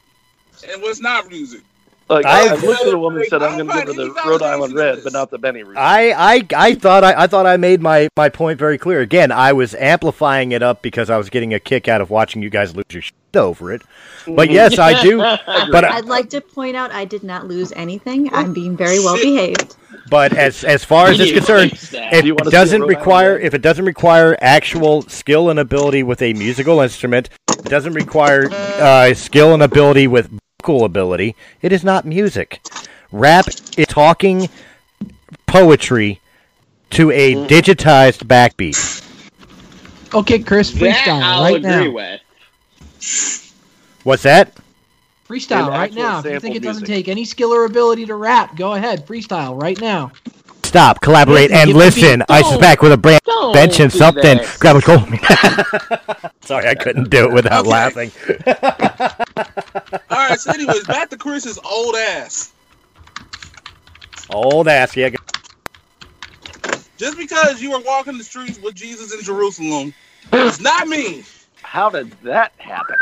Speaker 5: and what's not music.
Speaker 4: Like,
Speaker 3: I've-
Speaker 4: I looked at a woman and said, "I'm going to give her the
Speaker 5: Nobody
Speaker 4: Rhode Island
Speaker 5: listens to
Speaker 4: Red,
Speaker 5: this.
Speaker 4: but not the Benny Roosters."
Speaker 3: I, I, I thought I, I thought I made my, my point very clear. Again, I was amplifying it up because I was getting a kick out of watching you guys lose your shit over it.
Speaker 1: Mm-hmm.
Speaker 3: But yes, I
Speaker 1: [laughs]
Speaker 3: do. But
Speaker 2: I'd like to point out I did not lose anything. I'm being very well behaved.
Speaker 3: but as as far as it's concerned,
Speaker 4: Do you
Speaker 3: it
Speaker 4: wanna see
Speaker 3: doesn't
Speaker 4: a Rhode
Speaker 3: require
Speaker 4: Island?
Speaker 3: if it doesn't require actual skill and ability with a musical instrument it doesn't require uh, skill and ability with vocal ability it is not music rap is talking poetry to a
Speaker 4: Mm-hmm.
Speaker 3: digitized backbeat
Speaker 7: Okay, Chris,
Speaker 1: that
Speaker 7: freestyle
Speaker 1: I'll
Speaker 7: right
Speaker 1: agree
Speaker 7: now.
Speaker 1: with.
Speaker 3: what's that
Speaker 7: Freestyle
Speaker 4: In
Speaker 7: right
Speaker 4: actual
Speaker 7: now. If you think
Speaker 4: sampled
Speaker 7: it doesn't
Speaker 4: music.
Speaker 7: take any skill or ability to rap, go ahead, freestyle right now.
Speaker 3: stop collaborate
Speaker 7: Give
Speaker 3: and
Speaker 7: me the
Speaker 3: listen
Speaker 7: beat.
Speaker 3: ice is
Speaker 1: Don't-
Speaker 3: back with a brand
Speaker 4: Oh,
Speaker 1: Don't
Speaker 3: Mention
Speaker 1: do
Speaker 3: something.
Speaker 1: that.
Speaker 3: Grab a cold. [laughs] Sorry, I couldn't do it without
Speaker 5: Okay.
Speaker 3: laughing.
Speaker 5: All right. So, anyways, back to Chris's old ass.
Speaker 3: Old ass, yeah.
Speaker 5: Just because you were walking the streets with Jesus in Jerusalem, does not mean
Speaker 4: How did that happen?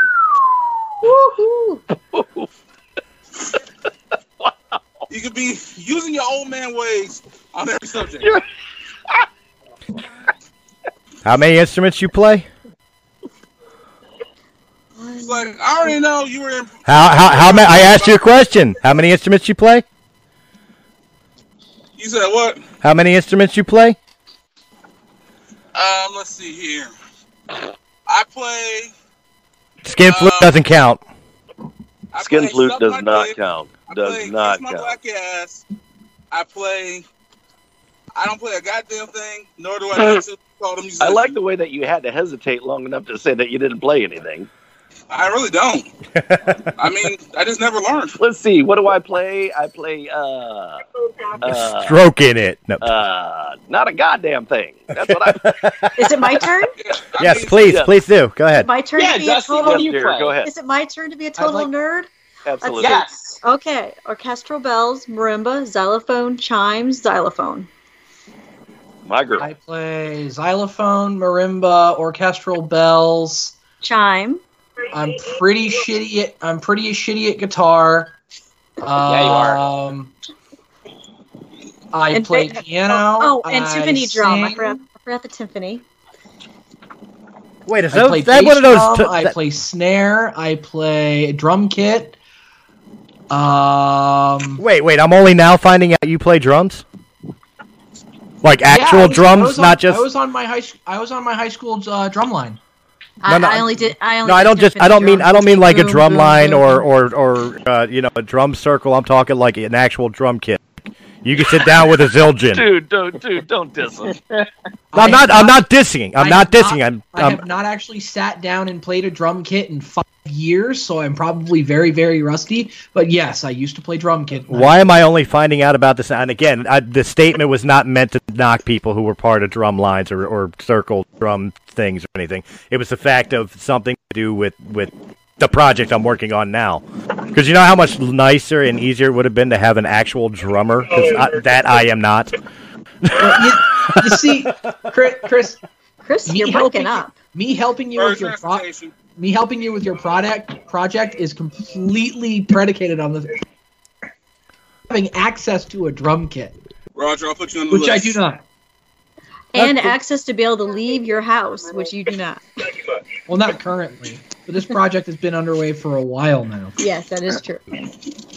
Speaker 2: Woohoo!
Speaker 5: you could be using your old man ways on every subject.
Speaker 3: How many instruments you play?
Speaker 5: It's like I already know you were in.
Speaker 3: How how how many? I asked you a question. How many instruments you play?
Speaker 5: You said what?
Speaker 3: How many instruments you play?
Speaker 5: Um, let's see here. I play.
Speaker 4: Uh,
Speaker 3: Skin flute doesn't count.
Speaker 5: I
Speaker 4: Skin
Speaker 5: play
Speaker 4: flute
Speaker 5: Suck My
Speaker 4: does not
Speaker 5: Dick.
Speaker 4: count.
Speaker 5: I play
Speaker 4: Does not
Speaker 5: Kiss my
Speaker 4: count.
Speaker 5: black ass. I play. I don't play a goddamn thing, nor do I need to call them musician.
Speaker 4: I like the way that you had to hesitate long enough to say that you didn't play anything.
Speaker 5: I really don't.
Speaker 4: [laughs]
Speaker 5: I mean, I just never learned.
Speaker 4: Let's see. What do I play? I play uh uh,
Speaker 3: Stroke in it. No.
Speaker 4: uh not a goddamn thing. That's
Speaker 3: [laughs]
Speaker 4: what I play.
Speaker 2: Is it my turn?
Speaker 5: Yeah, I
Speaker 3: Yes,
Speaker 5: mean,
Speaker 3: please,
Speaker 4: yeah.
Speaker 3: please do. Go
Speaker 2: Is it
Speaker 3: ahead.
Speaker 2: my turn
Speaker 1: Yeah,
Speaker 2: to be
Speaker 1: Dusty,
Speaker 2: a
Speaker 1: what do
Speaker 2: total?
Speaker 1: you
Speaker 4: Dear,
Speaker 1: play?
Speaker 4: Go ahead.
Speaker 2: Is it my turn to be a total
Speaker 4: like-
Speaker 2: nerd?
Speaker 4: Absolutely.
Speaker 1: Yes.
Speaker 2: Okay, orchestral bells, marimba, xylophone, chimes, xylophone.
Speaker 4: My girl.
Speaker 7: I play xylophone, marimba, orchestral bells.
Speaker 2: Chime.
Speaker 7: I'm pretty shitty at I'm pretty shitty at guitar.
Speaker 1: Yeah, you are.
Speaker 7: Um, I
Speaker 2: And
Speaker 7: play
Speaker 2: ba-
Speaker 7: piano.
Speaker 2: oh, oh, and
Speaker 7: I
Speaker 2: timpani drum. I
Speaker 7: sing,
Speaker 2: forgot, I forgot the timpani.
Speaker 3: Wait, is
Speaker 7: I play
Speaker 3: those, that
Speaker 7: bass
Speaker 3: one of those?
Speaker 7: drum,
Speaker 3: t-
Speaker 7: I
Speaker 3: that-
Speaker 7: play snare. I play drum kit. Um,
Speaker 3: wait, wait. I'm only now finding out you play drums. Like
Speaker 7: yeah,
Speaker 3: actual
Speaker 7: I was- I
Speaker 3: drums,
Speaker 7: was on-
Speaker 3: not just.
Speaker 7: I was on my high. sch- I was on my high school uh, drum line.
Speaker 2: I,
Speaker 3: no,
Speaker 2: I
Speaker 3: I-
Speaker 2: only did. I only
Speaker 3: no, I
Speaker 2: did
Speaker 3: don't just. I
Speaker 2: timpani
Speaker 3: don't mean.
Speaker 2: drum.
Speaker 3: I don't mean like a
Speaker 2: Boom,
Speaker 3: drum
Speaker 2: boom,
Speaker 3: line
Speaker 2: boom.
Speaker 3: or or or uh, you know a drum circle. I'm talking like an actual drum kit. You can sit down with a Zildjian.
Speaker 4: [laughs] Dude, don't dude, don't diss him.
Speaker 3: I'm
Speaker 7: I
Speaker 3: not.
Speaker 7: have
Speaker 3: I'm not dissing. I'm
Speaker 7: I have not-
Speaker 3: not dissing. I'm.
Speaker 7: I
Speaker 3: I'm
Speaker 7: have not actually sat down and played a drum kit in five years, so I'm probably very, very rusty. But yes, I used to play drum kit.
Speaker 3: Why am I only finding out about this? And again, I, the statement was not meant to knock people who were part of drum lines or, or circle drum things or anything. It was the fact of something to do with, with the project I'm working on now. Because you know how much nicer and easier it would have been to have an actual drummer? 'Cause I, that I am not.
Speaker 7: you, you see, Chris, Chris,
Speaker 2: Chris,
Speaker 7: Me
Speaker 2: you're
Speaker 7: helping
Speaker 2: broken up.
Speaker 7: me helping you
Speaker 5: Bird
Speaker 7: with your pro-
Speaker 5: transportation.
Speaker 7: me helping you with your product project is completely predicated on the having access to a drum kit,
Speaker 5: Roger, I'll put you on the
Speaker 7: which
Speaker 5: list.
Speaker 7: I do not.
Speaker 2: And access to be able to leave your house, which you do not.
Speaker 7: Well, not currently, but this project has been underway for a while now.
Speaker 2: Yes, that is true.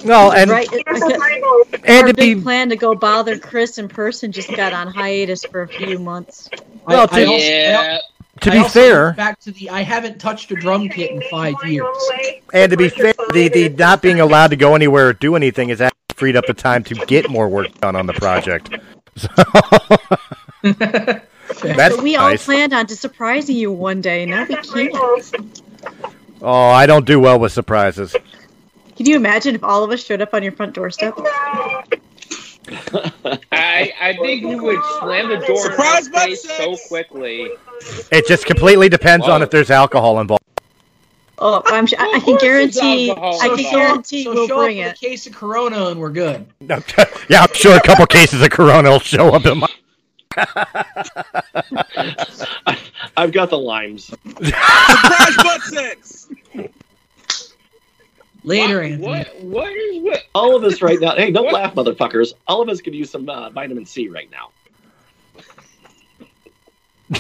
Speaker 3: No, and,
Speaker 2: right? it- I-
Speaker 3: and
Speaker 2: Our
Speaker 3: to be
Speaker 2: big plan to go bother Chris in person just got on hiatus for a few months.
Speaker 7: I-
Speaker 3: Well,
Speaker 7: I
Speaker 3: to-
Speaker 7: also- I-
Speaker 1: Yeah.
Speaker 3: to
Speaker 7: I
Speaker 3: be
Speaker 7: also
Speaker 3: fair,
Speaker 7: went back to the I haven't touched a drum kit in five years.
Speaker 3: and to be fair, the, the not being allowed to go anywhere or do [laughs] anything has actually freed up the time to get more work done on the project. So. That's
Speaker 2: But we all
Speaker 3: nice.
Speaker 2: planned on to surprising you one day. Now we can't.
Speaker 3: Oh, I don't do well with surprises.
Speaker 2: Can you imagine if all of us showed up on your front doorstep?
Speaker 1: I, I think you would slam the door in
Speaker 5: Surprise
Speaker 1: our face
Speaker 5: boxes!
Speaker 1: so quickly.
Speaker 3: It just completely depends on
Speaker 1: Whoa.
Speaker 3: if there's alcohol involved. [laughs]
Speaker 2: Oh, I'm sure, I, I can
Speaker 1: Of course it's
Speaker 2: guarantee.
Speaker 1: alcohol
Speaker 2: I
Speaker 1: involved.
Speaker 2: can guarantee
Speaker 7: so
Speaker 2: we'll
Speaker 7: show up
Speaker 2: bring
Speaker 7: with
Speaker 2: it.
Speaker 7: a case of Corona and we're good.
Speaker 3: yeah, I'm sure a couple cases of Corona will show up in my.
Speaker 4: I've got the limes.
Speaker 5: Surprise butt sex.
Speaker 7: Later,
Speaker 1: What-
Speaker 7: Anthony.
Speaker 1: What, what is what?
Speaker 4: All of us right now. Hey, don't laugh, motherfuckers. All of us could use some uh, vitamin C right now.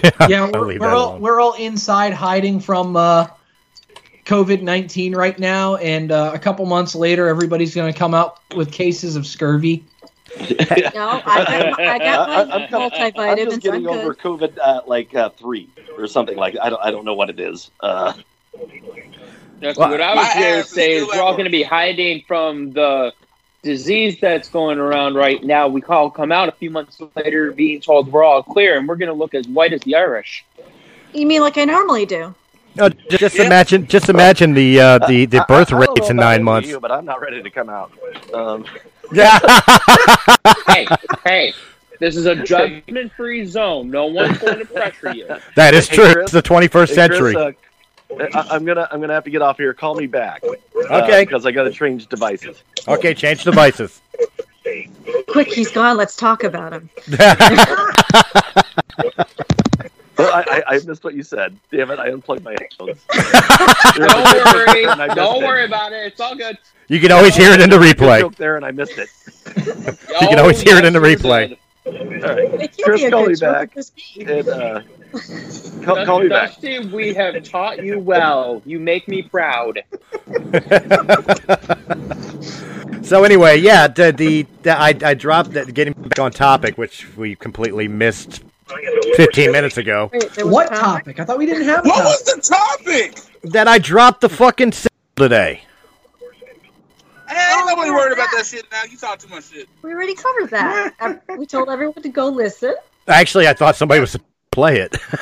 Speaker 3: [laughs]
Speaker 7: Yeah,
Speaker 3: I'll
Speaker 7: we're,
Speaker 3: leave
Speaker 7: we're
Speaker 3: that
Speaker 7: all
Speaker 3: alone.
Speaker 7: we're all inside hiding from uh, COVID nineteen right now, and uh, a couple months later, everybody's going to come out with cases of scurvy.
Speaker 2: No, I, I, I got my
Speaker 4: Uh, [laughs] I'm just
Speaker 2: multivitamins. I'm,
Speaker 4: getting
Speaker 2: good.
Speaker 4: over COVID uh, like uh, three or something like. I don't. I don't know what it is. Uh,
Speaker 1: That's
Speaker 3: Well,
Speaker 1: what I
Speaker 5: my
Speaker 1: was
Speaker 5: ass
Speaker 1: going to
Speaker 5: is
Speaker 1: say is
Speaker 5: still
Speaker 1: we're all
Speaker 5: at
Speaker 1: going to be hiding from the disease that's going around right now. We call come out a few months later being told we're all clear and we're going to look as white as the Irish.
Speaker 2: You mean like I normally do?
Speaker 3: No, ju- just
Speaker 5: Yeah.
Speaker 3: imagine, just imagine the uh, the the
Speaker 4: I-
Speaker 3: birth
Speaker 4: I- I don't know
Speaker 3: rates in
Speaker 4: about
Speaker 3: nine
Speaker 4: you,
Speaker 3: months.
Speaker 4: but I'm not ready to come out. Um,
Speaker 3: [laughs] Yeah, [laughs]
Speaker 1: Hey, hey, this is a judgment-free zone. No one's going to pressure
Speaker 3: [laughs]
Speaker 1: you.
Speaker 3: that is
Speaker 4: Hey,
Speaker 3: true.
Speaker 4: Chris.
Speaker 3: it's the 21st
Speaker 4: hey,
Speaker 3: century.
Speaker 4: Chris, uh, I, am gonna. I'm gonna have to get off here. Call me back. uh,
Speaker 3: Okay.
Speaker 4: Because I got to change devices.
Speaker 3: okay, change devices.
Speaker 2: Quick, he's gone. Let's talk about him.
Speaker 4: Well, Oh, I, I, I missed what you said. Damn it! I unplugged my
Speaker 3: [laughs]
Speaker 4: headphones.
Speaker 1: Don't worry.
Speaker 4: And I missed
Speaker 1: Don't
Speaker 4: it.
Speaker 1: worry about it. It's
Speaker 3: [laughs]
Speaker 1: all good.
Speaker 3: [laughs] you can always hear it
Speaker 4: [laughs]
Speaker 3: in the
Speaker 4: Good
Speaker 3: replay.
Speaker 4: joke there, and I missed it.
Speaker 1: You
Speaker 3: can always hear it in the replay.
Speaker 4: All right.
Speaker 2: It can't
Speaker 4: Chris,
Speaker 2: be a
Speaker 4: call me
Speaker 2: good joke
Speaker 4: back.
Speaker 2: if it's me.
Speaker 4: And, uh, call, call me back.
Speaker 1: Dusty, we have taught you well. You make me proud.
Speaker 3: So anyway, yeah, the, the, the I, I dropped that getting back on topic, which we completely missed 15 minutes ago.
Speaker 2: Wait, there was
Speaker 7: What
Speaker 2: a topic?
Speaker 7: topic? I thought we didn't have. a
Speaker 5: What
Speaker 7: topic.
Speaker 5: was the topic?
Speaker 3: That I dropped the fucking signal today.
Speaker 5: Hey, ain't nobody worried about that shit now. You talk too much shit.
Speaker 2: We already covered
Speaker 3: [laughs]
Speaker 2: that. Uh, we told everyone to go listen.
Speaker 3: Actually, I thought somebody was supposed to play it. [laughs]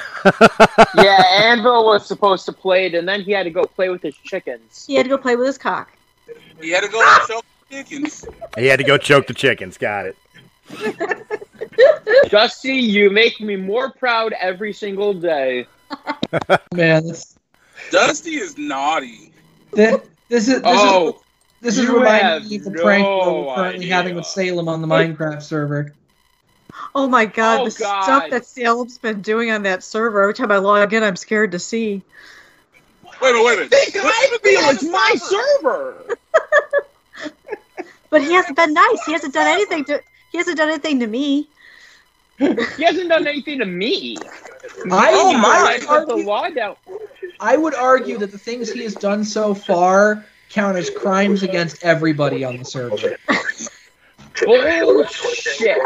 Speaker 1: yeah, Anvil was supposed to play it, and then he had to go play with his chickens.
Speaker 2: He had to go play with his cock.
Speaker 5: You had to go and show chickens.
Speaker 3: he had to go choke the chickens. Got it.
Speaker 1: Dusty, you make me more proud every single day.
Speaker 7: man? This,
Speaker 5: Dusty is naughty.
Speaker 7: thi- this is this is
Speaker 1: Oh,
Speaker 7: this is
Speaker 1: you
Speaker 7: reminding
Speaker 1: have
Speaker 7: me of the
Speaker 1: no
Speaker 7: prank that we're currently
Speaker 1: idea.
Speaker 7: having with Salem on the Minecraft server.
Speaker 2: Oh my god,
Speaker 1: Oh,
Speaker 2: the
Speaker 1: God.
Speaker 2: stuff that Salem's been doing on that server. Every time I log in, I'm scared to see.
Speaker 5: Wait a minute, wait a minute.
Speaker 1: I feel it's my server.
Speaker 2: But he hasn't been nice. He hasn't done anything to. He hasn't done anything to me.
Speaker 1: He hasn't done anything to me.
Speaker 7: I
Speaker 5: Oh,
Speaker 1: He
Speaker 5: my.
Speaker 1: just let The law down.
Speaker 7: I would argue that the things he has done so far count as crimes against everybody on the server.
Speaker 1: Bullshit.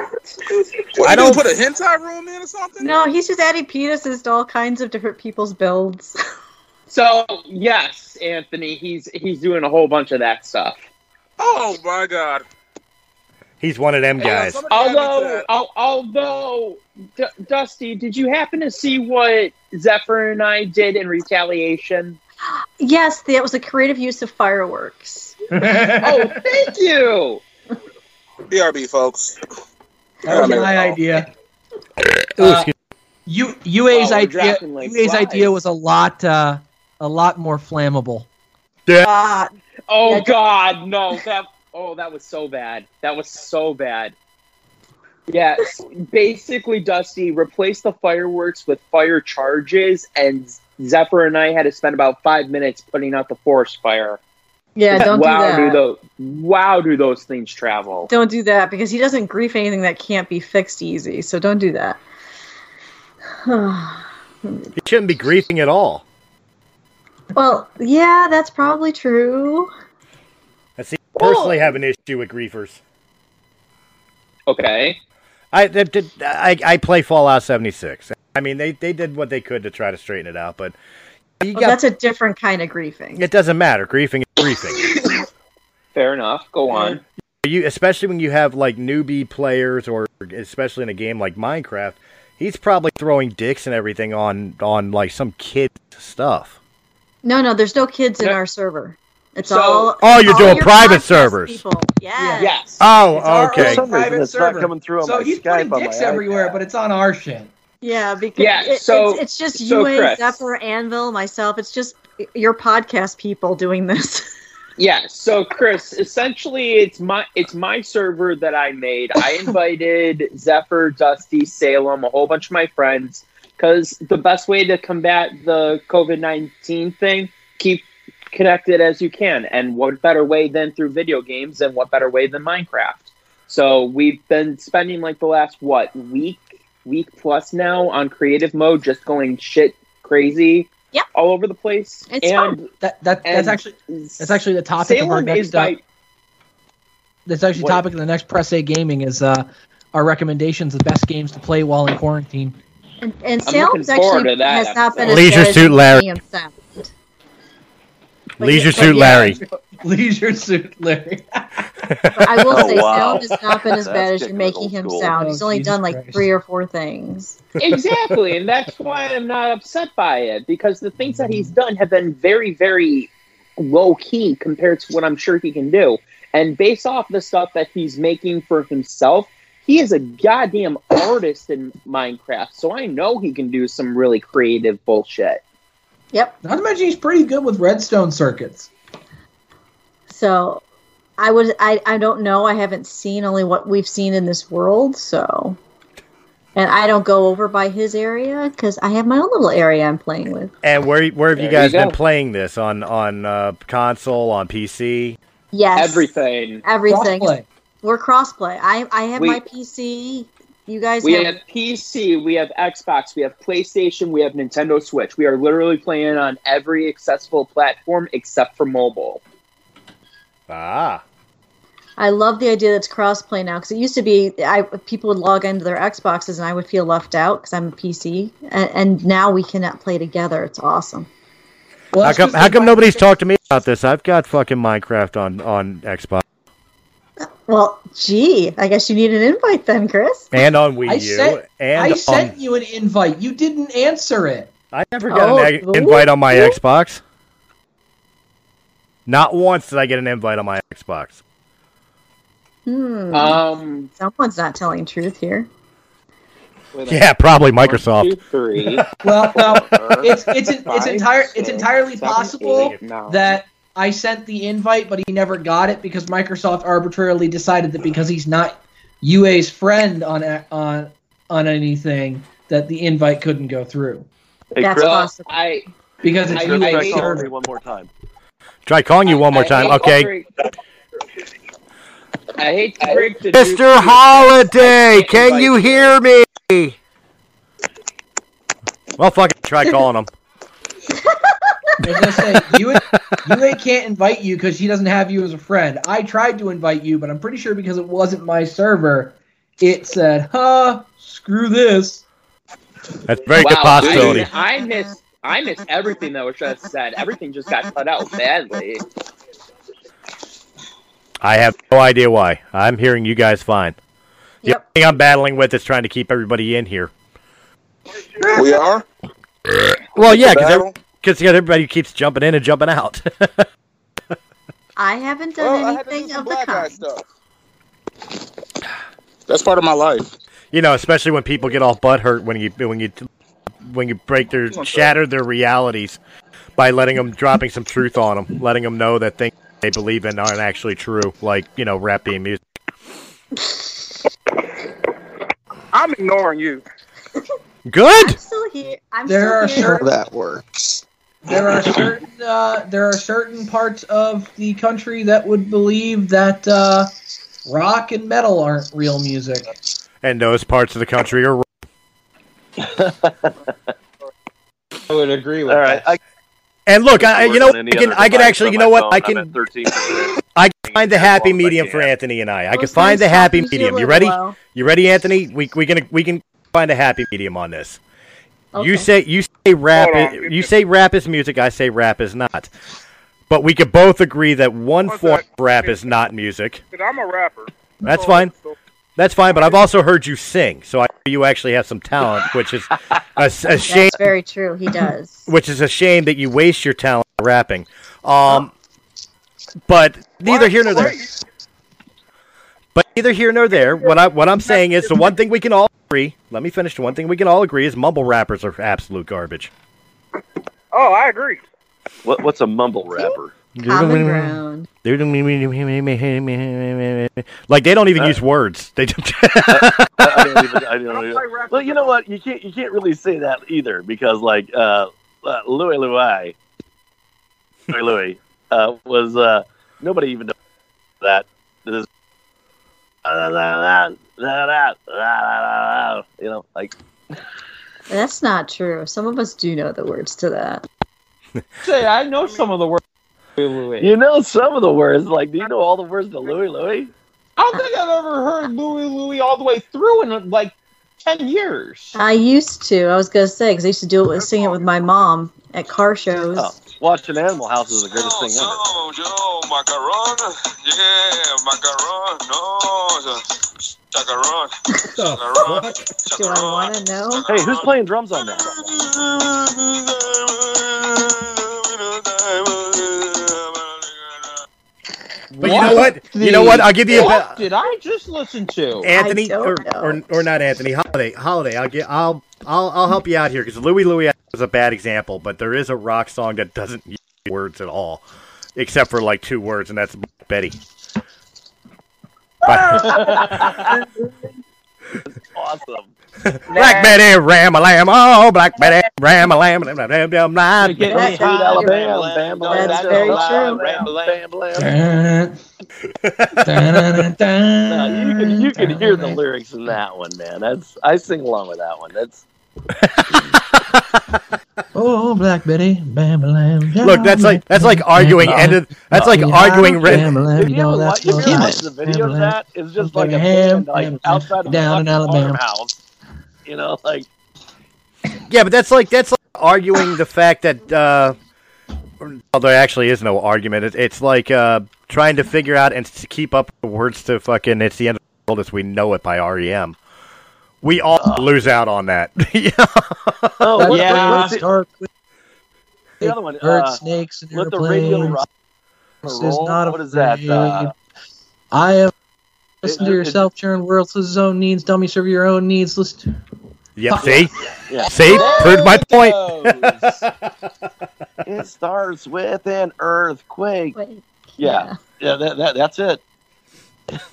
Speaker 5: What,
Speaker 3: I
Speaker 5: I
Speaker 3: don't-
Speaker 5: don't put a hentai room in or something.
Speaker 2: No, he's just adding penises to all kinds of different people's builds. [laughs]
Speaker 1: So yes, Anthony, he's he's doing a whole bunch of that stuff.
Speaker 5: Oh my god.
Speaker 3: He's one of them
Speaker 5: Hey,
Speaker 3: guys.
Speaker 5: somebody add me to
Speaker 1: Although,
Speaker 5: that.
Speaker 1: al- although, D- Dusty, did you happen to see what Zephyr and I did in retaliation?
Speaker 2: yes, that was a creative use of fireworks.
Speaker 1: Oh, thank you.
Speaker 5: BRB, folks.
Speaker 7: That was
Speaker 5: Yeah,
Speaker 7: my
Speaker 5: man.
Speaker 7: idea.
Speaker 3: Ooh,
Speaker 7: Uh,
Speaker 3: excuse-
Speaker 7: U- UA's
Speaker 1: Wow, we're
Speaker 7: idea
Speaker 1: dropping like
Speaker 7: UA's
Speaker 1: flies.
Speaker 7: idea was a lot uh, a lot more flammable.
Speaker 2: Ah,
Speaker 1: Oh
Speaker 2: Yeah, d-
Speaker 1: God, no! That oh, that was so bad. That was so bad. Yeah, s- basically, Dusty replaced the fireworks with fire charges, and Zephyr and I had to spend about five minutes putting out the forest fire.
Speaker 3: [laughs]
Speaker 2: yeah, don't
Speaker 1: wow,
Speaker 2: do that.
Speaker 1: those wow, do those things travel?
Speaker 2: Don't do that because he doesn't grief anything that can't be fixed easy. So don't do that. [sighs]
Speaker 3: he shouldn't be griefing at all.
Speaker 2: well, yeah, that's probably true.
Speaker 3: I see.
Speaker 5: Oh.
Speaker 3: Personally, have an issue with griefers.
Speaker 1: Okay.
Speaker 3: I, that- that- I I play Fallout 76. I mean, they, they did what they could to try to straighten it out, but you
Speaker 5: Oh,
Speaker 2: Well,
Speaker 3: got-
Speaker 2: that's a different kind of grieving.
Speaker 3: it doesn't matter. Griefing is griefing.
Speaker 1: Fair enough. Go on.
Speaker 3: you especially when you have like newbie players, or especially in a game like Minecraft, He's probably throwing dicks and everything on on like some kid stuff.
Speaker 2: No, no, there's no kids in
Speaker 1: No.
Speaker 2: our server. It's
Speaker 1: So-
Speaker 2: all.
Speaker 3: Oh,
Speaker 2: it's
Speaker 3: you're
Speaker 2: all
Speaker 3: doing
Speaker 2: your
Speaker 3: private
Speaker 2: podcast
Speaker 3: servers.
Speaker 2: People. Yes.
Speaker 1: Yes.
Speaker 5: It's
Speaker 3: Oh,
Speaker 5: our
Speaker 4: For
Speaker 3: okay.
Speaker 5: own-
Speaker 4: some reason,
Speaker 5: Private
Speaker 4: it's
Speaker 5: server.
Speaker 4: not coming through on
Speaker 7: So
Speaker 4: my
Speaker 7: he's
Speaker 4: Skype.
Speaker 7: putting
Speaker 4: On my
Speaker 7: dicks everywhere,
Speaker 4: iPad.
Speaker 7: but it's on our shit.
Speaker 2: Yeah, because
Speaker 1: Yeah,
Speaker 2: it-
Speaker 1: so-
Speaker 2: it's, it's just
Speaker 1: so,
Speaker 2: you and
Speaker 1: Chris.
Speaker 2: Zephyr, Anvil, myself. It's just your podcast people doing this. [laughs]
Speaker 1: Yeah. So Chris, essentially, it's my it's my server that I made. I
Speaker 2: [laughs]
Speaker 1: invited Zephyr, Dusty, Salem, a whole bunch of my friends, because the best way to combat the COVID nineteen thing, keep connected as you can, and what better way than through video games, and what better way than Minecraft? So we've been spending like the last what week, week plus now on creative mode, just going shit crazy.
Speaker 2: Yep.
Speaker 1: All over the place.
Speaker 2: It's
Speaker 1: and
Speaker 7: That that
Speaker 1: And-
Speaker 7: that's actually that's actually the topic of our
Speaker 1: Salem
Speaker 7: next.
Speaker 1: is by
Speaker 7: uh, that's actually
Speaker 1: What?
Speaker 7: topic of the next press A gaming is uh, our recommendations, the best games to play while in quarantine.
Speaker 2: And, and
Speaker 1: I'm looking
Speaker 2: Salem's
Speaker 1: forward
Speaker 2: actually
Speaker 1: to that
Speaker 2: has not been
Speaker 3: episode. Leisure
Speaker 2: as good as
Speaker 3: Suit Larry.
Speaker 2: Museum Sound. But
Speaker 3: Leisure
Speaker 2: yeah,
Speaker 3: Suit
Speaker 2: but
Speaker 3: Larry.
Speaker 7: [laughs] Leisure Suit Larry.
Speaker 2: but I
Speaker 3: [laughs]
Speaker 2: will
Speaker 4: Oh,
Speaker 2: say Salem
Speaker 4: wow.
Speaker 2: has not
Speaker 1: [laughs]
Speaker 2: been as
Speaker 4: That's
Speaker 2: bad as you're
Speaker 4: kicking
Speaker 2: making
Speaker 4: old
Speaker 2: him
Speaker 4: school.
Speaker 2: sound.
Speaker 7: Oh,
Speaker 2: He's only
Speaker 7: Jesus
Speaker 2: done like
Speaker 7: Christ.
Speaker 2: three or four things.
Speaker 1: [laughs] exactly
Speaker 7: [laughs]
Speaker 1: and that's why i'm not upset by it because the things that he's done have been very very low key compared to what i'm sure he can do and based off the stuff that he's making for himself he is a goddamn artist in minecraft so i know he can do some really creative bullshit
Speaker 2: Yep.
Speaker 7: Not to mention he's pretty good with redstone circuits.
Speaker 2: So I was I, I don't know. I haven't seen only what we've seen in this world, so and I don't go over by his area because I have my own little area I'm playing with.
Speaker 3: And where where have you
Speaker 1: There you
Speaker 3: guys been
Speaker 1: go.
Speaker 3: playing this on on uh, console on PC?
Speaker 2: Yes.
Speaker 1: everything
Speaker 2: Everything.
Speaker 7: Crossplay.
Speaker 2: We're crossplay. I I have
Speaker 1: We-
Speaker 2: my PC. You guys
Speaker 1: we
Speaker 2: have,
Speaker 1: have pc we have xbox we have playstation we have nintendo switch we are literally playing on every accessible platform except for mobile
Speaker 3: Ah,
Speaker 2: I love the idea that's crossplay now because it used to be I people would log into their Xboxes and I would feel left out because I'm a PC and, and now we cannot play together. It's awesome.
Speaker 7: Well,
Speaker 3: how
Speaker 7: that's
Speaker 3: come
Speaker 7: 'cause
Speaker 3: how
Speaker 7: they
Speaker 3: come
Speaker 7: might-
Speaker 3: nobody's talked to me about this? I've got fucking Minecraft on on Xbox
Speaker 2: Well, gee, I guess you need an invite then, Chris.
Speaker 3: and on Wii
Speaker 7: I
Speaker 3: U
Speaker 7: sent-
Speaker 3: and
Speaker 7: I
Speaker 3: on-
Speaker 7: sent you an invite. You didn't answer it.
Speaker 3: I never got an
Speaker 2: Oh,
Speaker 3: ag- invite on my
Speaker 2: ooh.
Speaker 3: Xbox. Not once did I get an invite on my Xbox.
Speaker 7: Mm-hmm.
Speaker 2: Hmm.
Speaker 1: um
Speaker 2: Someone's not telling truth here.
Speaker 1: wait a
Speaker 3: Yeah, probably
Speaker 1: One,
Speaker 3: Microsoft.
Speaker 7: [laughs]
Speaker 1: two, three.
Speaker 7: Well, no,
Speaker 4: Uh,
Speaker 7: it's it's en- it's
Speaker 1: Five,
Speaker 7: entire it's
Speaker 1: six,
Speaker 7: entirely
Speaker 1: seven,
Speaker 7: possible
Speaker 1: eight, nine.
Speaker 7: that I sent the invite, but he never got it because Microsoft arbitrarily decided that because he's not UA's friend on a- on on anything that the invite couldn't go through
Speaker 4: Hey,
Speaker 2: That's
Speaker 4: Chris,
Speaker 1: Well,
Speaker 2: possible.
Speaker 1: I
Speaker 7: because it's
Speaker 1: I-
Speaker 4: Chris,
Speaker 7: UA's
Speaker 4: try
Speaker 1: hate-
Speaker 4: calling
Speaker 7: server.
Speaker 4: me one more time.
Speaker 3: Try calling you one more
Speaker 1: I
Speaker 3: time.
Speaker 1: hate
Speaker 3: Okay.
Speaker 1: to break- I hate to break the news to
Speaker 3: Mr.
Speaker 1: you.
Speaker 3: Holiday,
Speaker 1: I can't
Speaker 3: can
Speaker 1: invite
Speaker 3: you hear me? Well, fuck it. [laughs] Try calling him.
Speaker 7: I was gonna say UA, UA can't invite you because she doesn't have you as a friend. I tried to invite you, but I'm pretty sure because it wasn't my server, it said, "Huh, screw this."
Speaker 3: That's a very
Speaker 1: Wow,
Speaker 3: good
Speaker 1: I-
Speaker 3: possibility.
Speaker 1: I miss I miss everything that was just said. Everything just got cut out badly.
Speaker 3: I have no idea why. I'm hearing you guys fine. The
Speaker 2: Yep.
Speaker 3: only thing I'm battling with is trying to keep everybody in here.
Speaker 5: We are.
Speaker 3: Well, yeah, because
Speaker 5: Battle?
Speaker 3: everybody keeps jumping in and jumping out. [laughs]
Speaker 2: I haven't done
Speaker 5: Well, I had to do
Speaker 2: anything
Speaker 5: some
Speaker 2: of the
Speaker 5: black guy
Speaker 2: kind.
Speaker 5: stuff. That's part of my life.
Speaker 3: you know, especially when people get all butthurt when you when you when you break their shatter their realities by letting them dropping some truth on them, letting them know that things they believe in aren't actually true, like you know, rap being music.
Speaker 5: I'm ignoring you.
Speaker 3: Good.
Speaker 2: I'm still here. I'm
Speaker 7: There are
Speaker 2: still here.
Speaker 7: certain
Speaker 6: That works.
Speaker 7: there are certain uh, there are certain parts of the country that would believe that uh, rock and metal aren't real music.
Speaker 3: And those parts of the country are.
Speaker 8: I would agree with
Speaker 4: All right,
Speaker 8: that.
Speaker 4: I
Speaker 3: And look, I,
Speaker 4: Or
Speaker 3: you know,
Speaker 4: on
Speaker 3: what, I
Speaker 4: any
Speaker 3: can
Speaker 4: other
Speaker 3: I can
Speaker 4: device
Speaker 3: actually,
Speaker 4: on
Speaker 3: you
Speaker 4: my
Speaker 3: know what,
Speaker 4: phone,
Speaker 3: I
Speaker 4: I'm at
Speaker 3: can
Speaker 4: 13%.
Speaker 3: I can find the
Speaker 4: as long
Speaker 3: happy
Speaker 4: as I
Speaker 3: medium
Speaker 4: can.
Speaker 3: for Anthony and I. I
Speaker 2: It
Speaker 3: can
Speaker 2: was
Speaker 3: find the
Speaker 2: nice
Speaker 3: happy
Speaker 2: talking to
Speaker 3: medium. You
Speaker 2: little
Speaker 3: ready?
Speaker 2: Lo.
Speaker 3: You ready, Anthony? We we can we can find a happy medium on this. You
Speaker 2: Okay.
Speaker 3: say you say rap
Speaker 5: Hold
Speaker 3: is,
Speaker 5: on.
Speaker 3: you say rap is music. I say rap is not. But we could both agree that one
Speaker 5: What's
Speaker 3: form
Speaker 5: that?
Speaker 3: of rap is not music.
Speaker 5: I'm a rapper.
Speaker 3: That's fine. That's fine, but I've also heard you sing, so I, you actually have some talent, which is a, a shame.
Speaker 2: That's very true. He does.
Speaker 3: Which is a shame that you waste your talent rapping. Um, but neither here nor there. But neither here nor there. What I what I'm saying is the one thing we can all agree. Let me finish. The one thing we can all agree is mumble rappers are absolute garbage.
Speaker 9: Oh, I agree.
Speaker 4: What, what's a mumble rapper?
Speaker 2: Common ground.
Speaker 3: Like they don't even use words. They just
Speaker 4: I, I don't even. I don't even well, you know what? You can't. You can't really say that either because, like, uh, uh, Louis Louis, Louis Louis uh, was uh, nobody even knows that. This, you know, like
Speaker 2: That's not true. Some of us do know the words to that.
Speaker 1: Say, I know some of the words. Wait, wait, wait.
Speaker 4: you know some of the words. Like, do you know all the words to Louis Louis?
Speaker 1: I don't think I've ever heard Louie Louie all the way through in like ten years.
Speaker 2: I used to. I was gonna say because I used to do it with sing it with my mom at car shows.
Speaker 4: Oh, watching Animal House is the greatest
Speaker 9: Oh,
Speaker 4: thing ever.
Speaker 9: so, yo, macaron, yeah, macaron, no, chacaron, chacaron,
Speaker 2: Do I want to know?
Speaker 4: Hey, who's playing drums on that?
Speaker 3: But you know what? You know what? I'll give you a
Speaker 1: What
Speaker 3: bit.
Speaker 1: did I just listen to?
Speaker 2: I
Speaker 3: Anthony
Speaker 2: don't
Speaker 3: or,
Speaker 2: know.
Speaker 3: or or not Anthony Holiday. Holiday. I'll get. I'll I'll I'll help you out here because Louis Louis is a bad example, but there is a rock song that doesn't use words at all, except for like two words, and that's Betty.
Speaker 2: Oh,
Speaker 3: By-
Speaker 4: Awesome.
Speaker 3: black Betty ram a lam oh black Betty ram a lam lam lam lam
Speaker 1: Gonna
Speaker 3: lam.
Speaker 1: get
Speaker 2: That's
Speaker 1: me
Speaker 2: right.
Speaker 1: high,
Speaker 2: Alabama,
Speaker 1: bam, bam,
Speaker 2: Alabama,
Speaker 1: bam,
Speaker 2: That's
Speaker 1: bam,
Speaker 2: very
Speaker 1: bam,
Speaker 2: true.
Speaker 1: bam, bam.
Speaker 4: No, you
Speaker 7: can
Speaker 4: can you can hear the lyrics in that one, man. That's I sing along with that one. That's
Speaker 7: Oh, Black Betty, bam, bam, bam.
Speaker 3: Look, that's like that's like arguing end of, that's like arguing red.
Speaker 4: if you ever watch, if you ever watch the video of that, it's just like a
Speaker 7: Birmingham,
Speaker 4: band like
Speaker 7: Birmingham,
Speaker 4: outside of
Speaker 7: down in
Speaker 4: the fucking
Speaker 7: Alabama.
Speaker 4: farmhouse. You know, like [laughs]
Speaker 3: Yeah, but that's like that's like arguing the fact that uh, well, there actually is no argument. It, it's like uh, trying to figure out and to keep up the words to fucking "It's the End of the World" as we know it by REM. We all lose out on that. [laughs] yeah.
Speaker 4: oh what-
Speaker 1: yeah.
Speaker 4: what- what's the, the other one?
Speaker 7: Bird
Speaker 4: Uh,
Speaker 7: snakes and
Speaker 4: let the radio
Speaker 7: airplanes.
Speaker 4: rock.
Speaker 7: This is
Speaker 4: roll.
Speaker 7: not a
Speaker 4: What is that? Uh,
Speaker 7: I have
Speaker 4: It- uh,
Speaker 7: listened to
Speaker 4: it-
Speaker 7: yourself, churn world, listen to his own needs, dummy serve your own needs. Listen,
Speaker 3: Yep. See,
Speaker 4: yeah.
Speaker 3: see, proved my point.
Speaker 4: it starts with an earthquake.
Speaker 2: Wait.
Speaker 4: Yeah. Yeah, that, that that's it.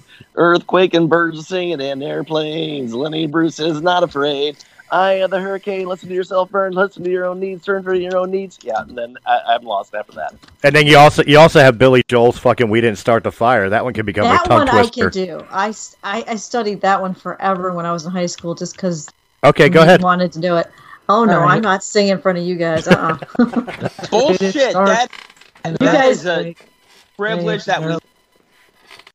Speaker 4: [laughs] Earthquake and birds singing and airplanes. Lenny Bruce is not afraid. Eye of the hurricane. Listen to yourself, burn. Listen to your own needs. Turn for your own needs. Yeah, and then I, I'm lost after that.
Speaker 3: And then you also you also have Billy Joel's fucking "We Didn't Start the Fire." That one could become a
Speaker 2: That
Speaker 3: tongue
Speaker 2: one I
Speaker 3: twister.
Speaker 2: can do. I, s- I- I studied that one forever when I was in high school just because
Speaker 3: Okay, go ahead.
Speaker 2: wanted to do it. Oh no,
Speaker 7: All right.
Speaker 2: I'm not singing in front of you
Speaker 7: [laughs]
Speaker 2: guys. Uh-uh.
Speaker 1: Bullshit.
Speaker 7: It starts-
Speaker 1: That
Speaker 7: and
Speaker 1: You
Speaker 7: that
Speaker 1: guys, uh,
Speaker 7: snake
Speaker 1: privilege
Speaker 7: makes
Speaker 1: that
Speaker 7: no-
Speaker 1: was.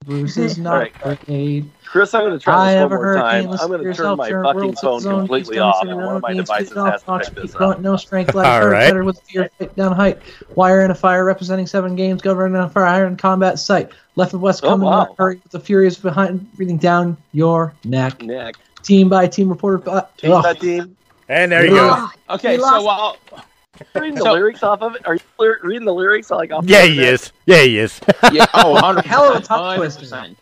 Speaker 7: Bruce is
Speaker 4: All
Speaker 7: not
Speaker 4: right.
Speaker 7: afraid.
Speaker 4: Chris, I'm going to try
Speaker 7: I
Speaker 4: this
Speaker 7: have
Speaker 4: one
Speaker 7: a
Speaker 4: more
Speaker 7: hurricane.
Speaker 4: time.
Speaker 7: Listen
Speaker 4: I'm
Speaker 7: to
Speaker 4: going to turn
Speaker 7: yourself,
Speaker 4: my
Speaker 7: turn
Speaker 4: fucking
Speaker 7: world's
Speaker 4: phone
Speaker 7: its own,
Speaker 4: completely
Speaker 7: keep dummy
Speaker 4: off,
Speaker 7: serving
Speaker 4: and
Speaker 7: your
Speaker 4: one
Speaker 7: own
Speaker 4: of my
Speaker 7: needs,
Speaker 4: devices
Speaker 7: keep off,
Speaker 4: has to
Speaker 7: watch,
Speaker 4: pick this
Speaker 7: keep
Speaker 4: up.
Speaker 7: going, No strength left.
Speaker 3: All
Speaker 7: All
Speaker 3: right.
Speaker 7: right. Better with fear. Fight down height. Wire in a fire representing seven games. Governor on fire in combat sight. Left and west
Speaker 4: Oh,
Speaker 7: coming.
Speaker 4: wow.
Speaker 7: up, Hurry with the furious behind breathing down your neck.
Speaker 4: Nick,
Speaker 7: Team by team reported. By,
Speaker 4: team
Speaker 7: Ugh.
Speaker 4: by team.
Speaker 3: And there you go.
Speaker 2: Ah,
Speaker 1: Okay,
Speaker 2: You
Speaker 1: so
Speaker 2: lost-
Speaker 1: I'll,
Speaker 4: Reading the
Speaker 1: So-
Speaker 4: lyrics off of it. Are you lyr- reading the lyrics like off? the
Speaker 3: Yeah, he
Speaker 4: internet?
Speaker 3: is. Yeah, he is.
Speaker 1: yeah, oh, 100%,
Speaker 7: Hell of a tongue twister.
Speaker 1: 100%.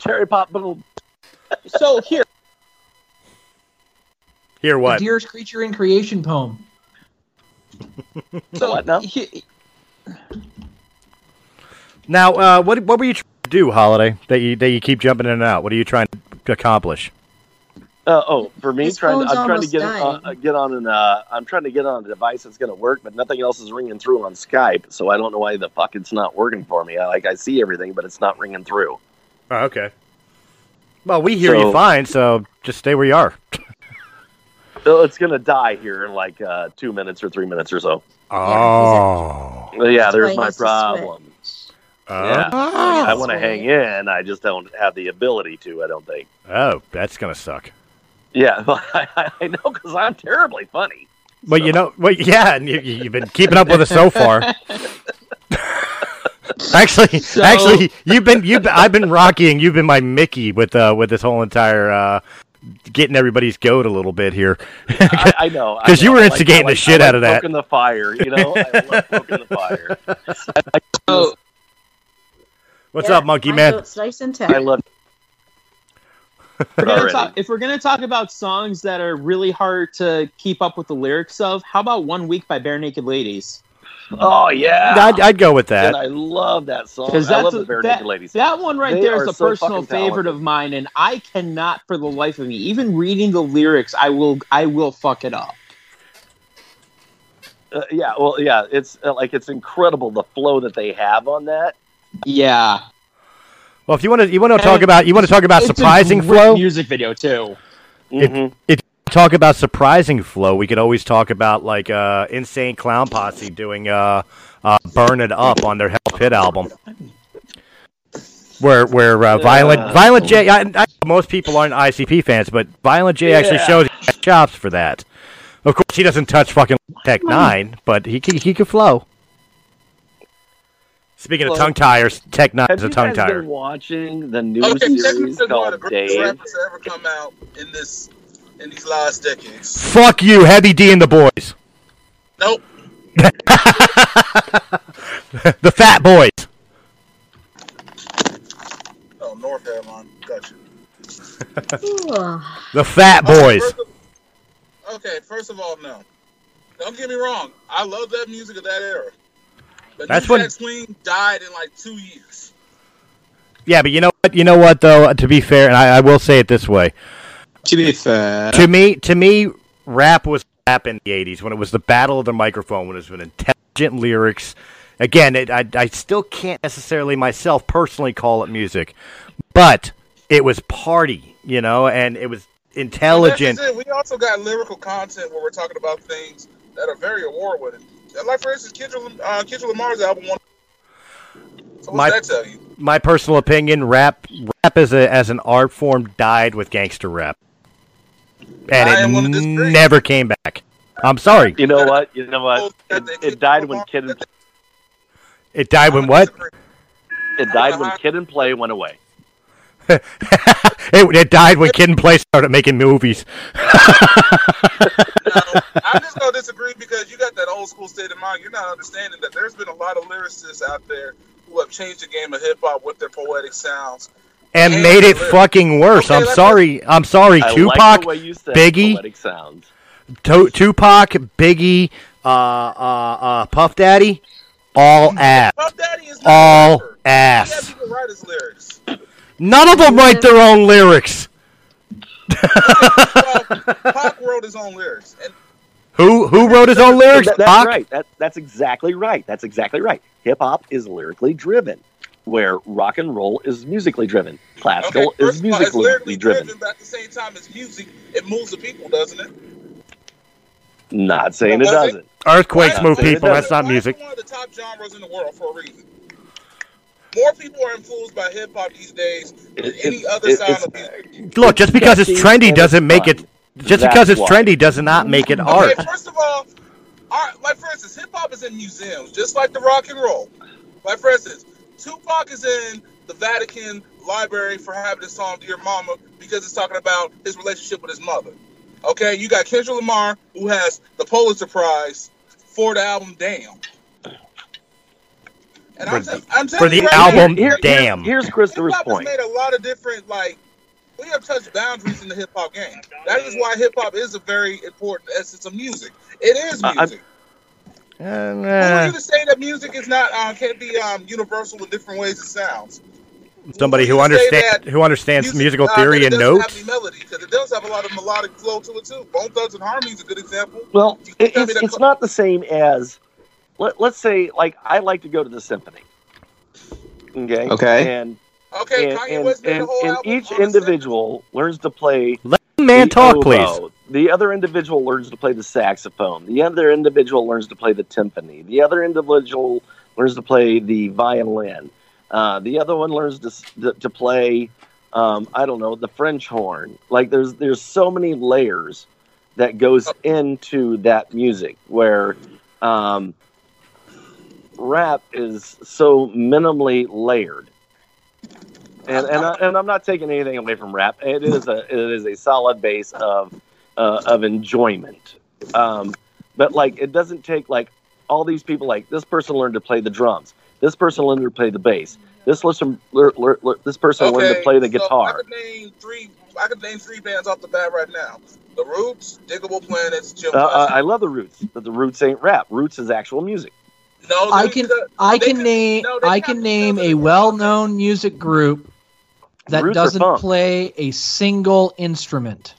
Speaker 4: Cherry pop. Boom. [laughs]
Speaker 1: So here,
Speaker 3: Here,
Speaker 7: The
Speaker 3: what?
Speaker 7: dearest creature in creation poem.
Speaker 1: so
Speaker 4: What now?
Speaker 1: he-
Speaker 3: Now, uh, what what were you trying to do, Holiday? That you that you keep jumping in and out. What are you trying to accomplish?
Speaker 4: Uh, oh, for me,
Speaker 2: His
Speaker 4: trying to,
Speaker 2: phone's
Speaker 4: I'm trying to
Speaker 2: almost
Speaker 4: get
Speaker 2: dying.
Speaker 4: uh, get on an uh, I'm trying to get on a device that's going to work, but nothing else is ringing through on Skype. So I don't know why the fuck it's not working for me. I, like I see everything, but it's not ringing through.
Speaker 3: Oh, okay. Well, we hear you
Speaker 4: So-
Speaker 3: fine, so just stay where you are.
Speaker 4: So it's going to die here in like uh, two minutes or three minutes or so.
Speaker 3: [laughs] Oh.
Speaker 4: Well, yeah,
Speaker 2: That's
Speaker 4: there's
Speaker 2: why
Speaker 4: my
Speaker 2: he's a
Speaker 4: problem. Yeah.
Speaker 3: Oh.
Speaker 4: I want to hang in. I just don't have the ability to. I don't think.
Speaker 3: Oh, that's gonna suck.
Speaker 4: Yeah, [laughs] I, I know because I'm terribly funny.
Speaker 3: [laughs]
Speaker 4: [laughs]
Speaker 3: But you know, well, yeah, and you, you- you've been keeping up with us so far. Actually,
Speaker 1: So-
Speaker 3: actually, you've been you have I've been Rocky and you've been my Mickey with uh with this whole entire uh getting everybody's goat a little bit here. [laughs]
Speaker 4: I, I know I
Speaker 3: 'Cause you
Speaker 4: know.
Speaker 3: were
Speaker 4: I like-
Speaker 3: instigating the
Speaker 4: I like-
Speaker 3: shit
Speaker 4: I like
Speaker 3: out of that.
Speaker 4: Poking the fire, you know. I love poking
Speaker 3: [laughs]
Speaker 4: the fire. Oh,
Speaker 1: So,
Speaker 3: What's
Speaker 2: Yeah,
Speaker 3: up, Monkey
Speaker 2: my
Speaker 3: Man?
Speaker 2: goat's nice and
Speaker 4: I
Speaker 2: tender.
Speaker 4: love.
Speaker 1: if we're gonna
Speaker 4: Already.
Speaker 1: talk- if we're gonna talk about songs that are really hard to keep up with the lyrics of, how about "One Week" by Bare Naked Ladies?
Speaker 4: Oh yeah,
Speaker 3: I'd, I'd go with
Speaker 4: and
Speaker 3: that.
Speaker 4: I love that song.
Speaker 1: Because
Speaker 4: Oh, I
Speaker 1: that's
Speaker 4: love
Speaker 1: a-
Speaker 4: the Bare
Speaker 1: that-
Speaker 4: Naked Ladies.
Speaker 1: That one right
Speaker 4: They
Speaker 1: there
Speaker 4: are
Speaker 1: is a
Speaker 4: so
Speaker 1: personal
Speaker 4: fucking talented.
Speaker 1: favorite of mine, and I cannot, for the life of me, even reading the lyrics, I will, I will fuck it up.
Speaker 4: Uh, yeah, well, yeah, it's uh, like it's incredible the flow that they have on that.
Speaker 1: Yeah,
Speaker 3: Well, if you want to you want to talk
Speaker 1: And
Speaker 3: about you want to talk about
Speaker 1: It's a
Speaker 3: surprising
Speaker 1: great
Speaker 3: flow.
Speaker 1: music video too.
Speaker 3: If-
Speaker 4: Mm-hmm.
Speaker 3: talk about surprising flow, we could always talk about like uh, Insane Clown Posse doing uh, uh, "Burn It Up" on their Hell Pit album, where where uh, Violent
Speaker 4: Yeah.
Speaker 3: Violent J. I, I know most people aren't ICP fans, but Violent J actually
Speaker 4: Yeah.
Speaker 3: shows he has chops for that. Of course, he doesn't touch fucking Tech Nine, but he can- he can flow. Speaking of
Speaker 4: Well,
Speaker 3: tongue tires, Tech Nine
Speaker 4: Have
Speaker 3: is a
Speaker 4: you
Speaker 3: tongue
Speaker 4: guys
Speaker 3: tire.
Speaker 4: been watching the new
Speaker 5: Okay,
Speaker 4: series
Speaker 5: technically one of
Speaker 4: called
Speaker 5: the greatest
Speaker 4: Dave?
Speaker 5: rappers to ever come out in this in these last decades.
Speaker 3: Fuck you, Heavy D and the boys,
Speaker 5: Nope.
Speaker 3: the Fat Boys.
Speaker 5: Oh, North Carolina. Gotcha.
Speaker 2: Ugh.
Speaker 3: The Fat Boys.
Speaker 5: First of- okay, first of all, no. Don't get me wrong. I love that music of that era. But
Speaker 3: That's
Speaker 5: That's
Speaker 3: when-
Speaker 5: New Jack Swing died in like two years.
Speaker 3: Yeah, but you know what? You know what though? To be fair, and I, I will say it this way:
Speaker 1: To be fair,
Speaker 3: to me, to me, rap was rap in the '80s when it was the battle of the microphone, when it was with intelligent lyrics. Again, it, I, I still can't necessarily myself personally call it music, but it was party, you know, and it was intelligent.
Speaker 5: That's it. We also got lyrical content where we're talking about things that are very award winning. Like for instance, Kendrick, uh, Kendrick Lamar's album. One. So what
Speaker 3: My-
Speaker 5: does that tell you?
Speaker 3: My personal opinion: rap, rap as a as an art form died with gangster rap, and
Speaker 5: I wanna
Speaker 3: it
Speaker 5: disagree.
Speaker 3: never came back. I'm sorry,
Speaker 4: You know what? You know
Speaker 5: [laughs]
Speaker 4: what? It, it died when Kid and,
Speaker 3: it died when what? [laughs]
Speaker 4: it died when Kid and Play went away.
Speaker 3: It, it died when Kid and Play started making movies.
Speaker 5: No, I'm just gonna disagree because you got that old school state of mind. You're not understanding that there's been a lot of lyricists out there who have changed the game of hip hop with their poetic sounds.
Speaker 3: and
Speaker 5: Hey,
Speaker 3: made it
Speaker 5: look.
Speaker 3: fucking worse.
Speaker 5: Okay,
Speaker 3: I'm
Speaker 5: let's-
Speaker 3: sorry. I'm sorry.
Speaker 4: I like
Speaker 3: Tupac,
Speaker 4: the way you said
Speaker 3: Biggie.
Speaker 4: poetic sounds.
Speaker 3: Tu- Tupac, Biggie, uh, uh, uh, Puff Daddy, all ass,
Speaker 5: Puff Daddy is not a
Speaker 3: all
Speaker 5: rapper. He had
Speaker 3: ass.
Speaker 5: people write his lyrics.
Speaker 3: None of them write their own lyrics. [laughs]
Speaker 5: Well, Pac wrote his own lyrics, and
Speaker 3: Who who wrote his own lyrics?
Speaker 4: That- that's
Speaker 3: Pac.
Speaker 4: right. That, that's exactly right. That's exactly right. Hip hop is lyrically driven, where rock and roll is musically driven. Classical
Speaker 5: first
Speaker 4: is
Speaker 5: of all, it's
Speaker 4: musically
Speaker 5: lyrically
Speaker 4: driven.
Speaker 5: but at the same time, it's music. It moves the people, doesn't it?
Speaker 4: Not saying it
Speaker 5: Was it?
Speaker 4: doesn't.
Speaker 3: Earthquakes
Speaker 5: Why-
Speaker 3: move
Speaker 5: why is it
Speaker 3: people.
Speaker 5: one-
Speaker 3: That's not
Speaker 5: why is it
Speaker 3: music.
Speaker 5: One of the top genres in the world for a reason. More people are influenced by hip hop these days than
Speaker 4: It-
Speaker 5: any
Speaker 4: it's-
Speaker 5: other
Speaker 4: it-
Speaker 5: sound
Speaker 4: it's-
Speaker 5: of music.
Speaker 3: Look, just because it's
Speaker 4: catchy
Speaker 3: trendy
Speaker 4: and
Speaker 3: doesn't make
Speaker 4: fun.
Speaker 3: it. Just
Speaker 4: That's
Speaker 3: because it's
Speaker 4: why.
Speaker 3: trendy does not make it
Speaker 5: Okay,
Speaker 3: art.
Speaker 5: first of all, our, like for instance, hip hop is in museums, just like the rock and roll. Like for instance, Tupac is in the Vatican Library for having his song "Dear Mama" because it's talking about his relationship with his mother. Okay, you got Kendrick Lamar who has the Pulitzer Prize for the album "Damn." And I'm,
Speaker 3: For
Speaker 5: tell- I'm telling
Speaker 3: for the
Speaker 5: you right
Speaker 3: album,
Speaker 5: now,
Speaker 3: damn.
Speaker 4: Here's Christopher's
Speaker 5: Hip-hop
Speaker 4: point.
Speaker 5: has made a lot of different like we have touched boundaries in the hip hop game. That is why hip hop is a very important essence of music. It is
Speaker 4: I- I'm-
Speaker 5: music.
Speaker 3: Uh,
Speaker 5: Who are
Speaker 3: eh,
Speaker 5: you to say that music is not uh, can't be um, universal in different ways it sounds?
Speaker 3: somebody who
Speaker 5: Who are you to say
Speaker 3: understands who understands musical
Speaker 5: uh,
Speaker 3: theory
Speaker 5: that
Speaker 3: and
Speaker 5: it doesn't have
Speaker 3: notes.
Speaker 5: any melody because it does have a lot of melodic flow to it too. Bone Thugs and Harmony is a good example.
Speaker 4: Well,
Speaker 5: You
Speaker 4: it,
Speaker 5: tell
Speaker 4: it's,
Speaker 5: me that-
Speaker 4: it's not the same as let, let's say like I like to go to the symphony. Okay.
Speaker 1: Okay.
Speaker 4: And
Speaker 5: Okay,
Speaker 4: and,
Speaker 5: Kanye
Speaker 4: and,
Speaker 5: West made
Speaker 4: and,
Speaker 5: a whole
Speaker 4: and
Speaker 5: album
Speaker 4: each
Speaker 5: on a
Speaker 4: individual learns to play
Speaker 3: Man,
Speaker 4: the
Speaker 3: talk, please.
Speaker 4: oboe. The other individual learns to play the saxophone. The other individual learns to play the timpani. The other individual learns to play the violin. Uh, the other one learns to, s- to, to play, um, I don't know, the French horn. Like there's there's so many layers that goes into that music where um, rap is so minimally layered. And and I, and I'm not taking anything away from rap. It is a it is a solid base of uh, of enjoyment. Um, but like it doesn't take like all these people like this person learned to play the drums. This person learned to play the bass. This person lear- lear- lear- this person learned to play the
Speaker 5: so I
Speaker 4: guitar.
Speaker 5: could name three. I could name three bands off the bat right now: The Roots, Diggable Planets, Jim.
Speaker 4: Uh, uh,
Speaker 5: Croce.
Speaker 4: I love the Roots, but the Roots ain't rap. Roots is actual music.
Speaker 5: no,
Speaker 7: I
Speaker 5: they
Speaker 7: can
Speaker 5: could-
Speaker 7: I
Speaker 5: they
Speaker 7: can
Speaker 5: could-
Speaker 7: name
Speaker 5: no, they
Speaker 7: I
Speaker 5: could
Speaker 7: can
Speaker 5: have
Speaker 7: name
Speaker 5: chosen
Speaker 7: a well-known music group that
Speaker 4: Roots are
Speaker 7: doesn't
Speaker 4: funk.
Speaker 7: play a single instrument.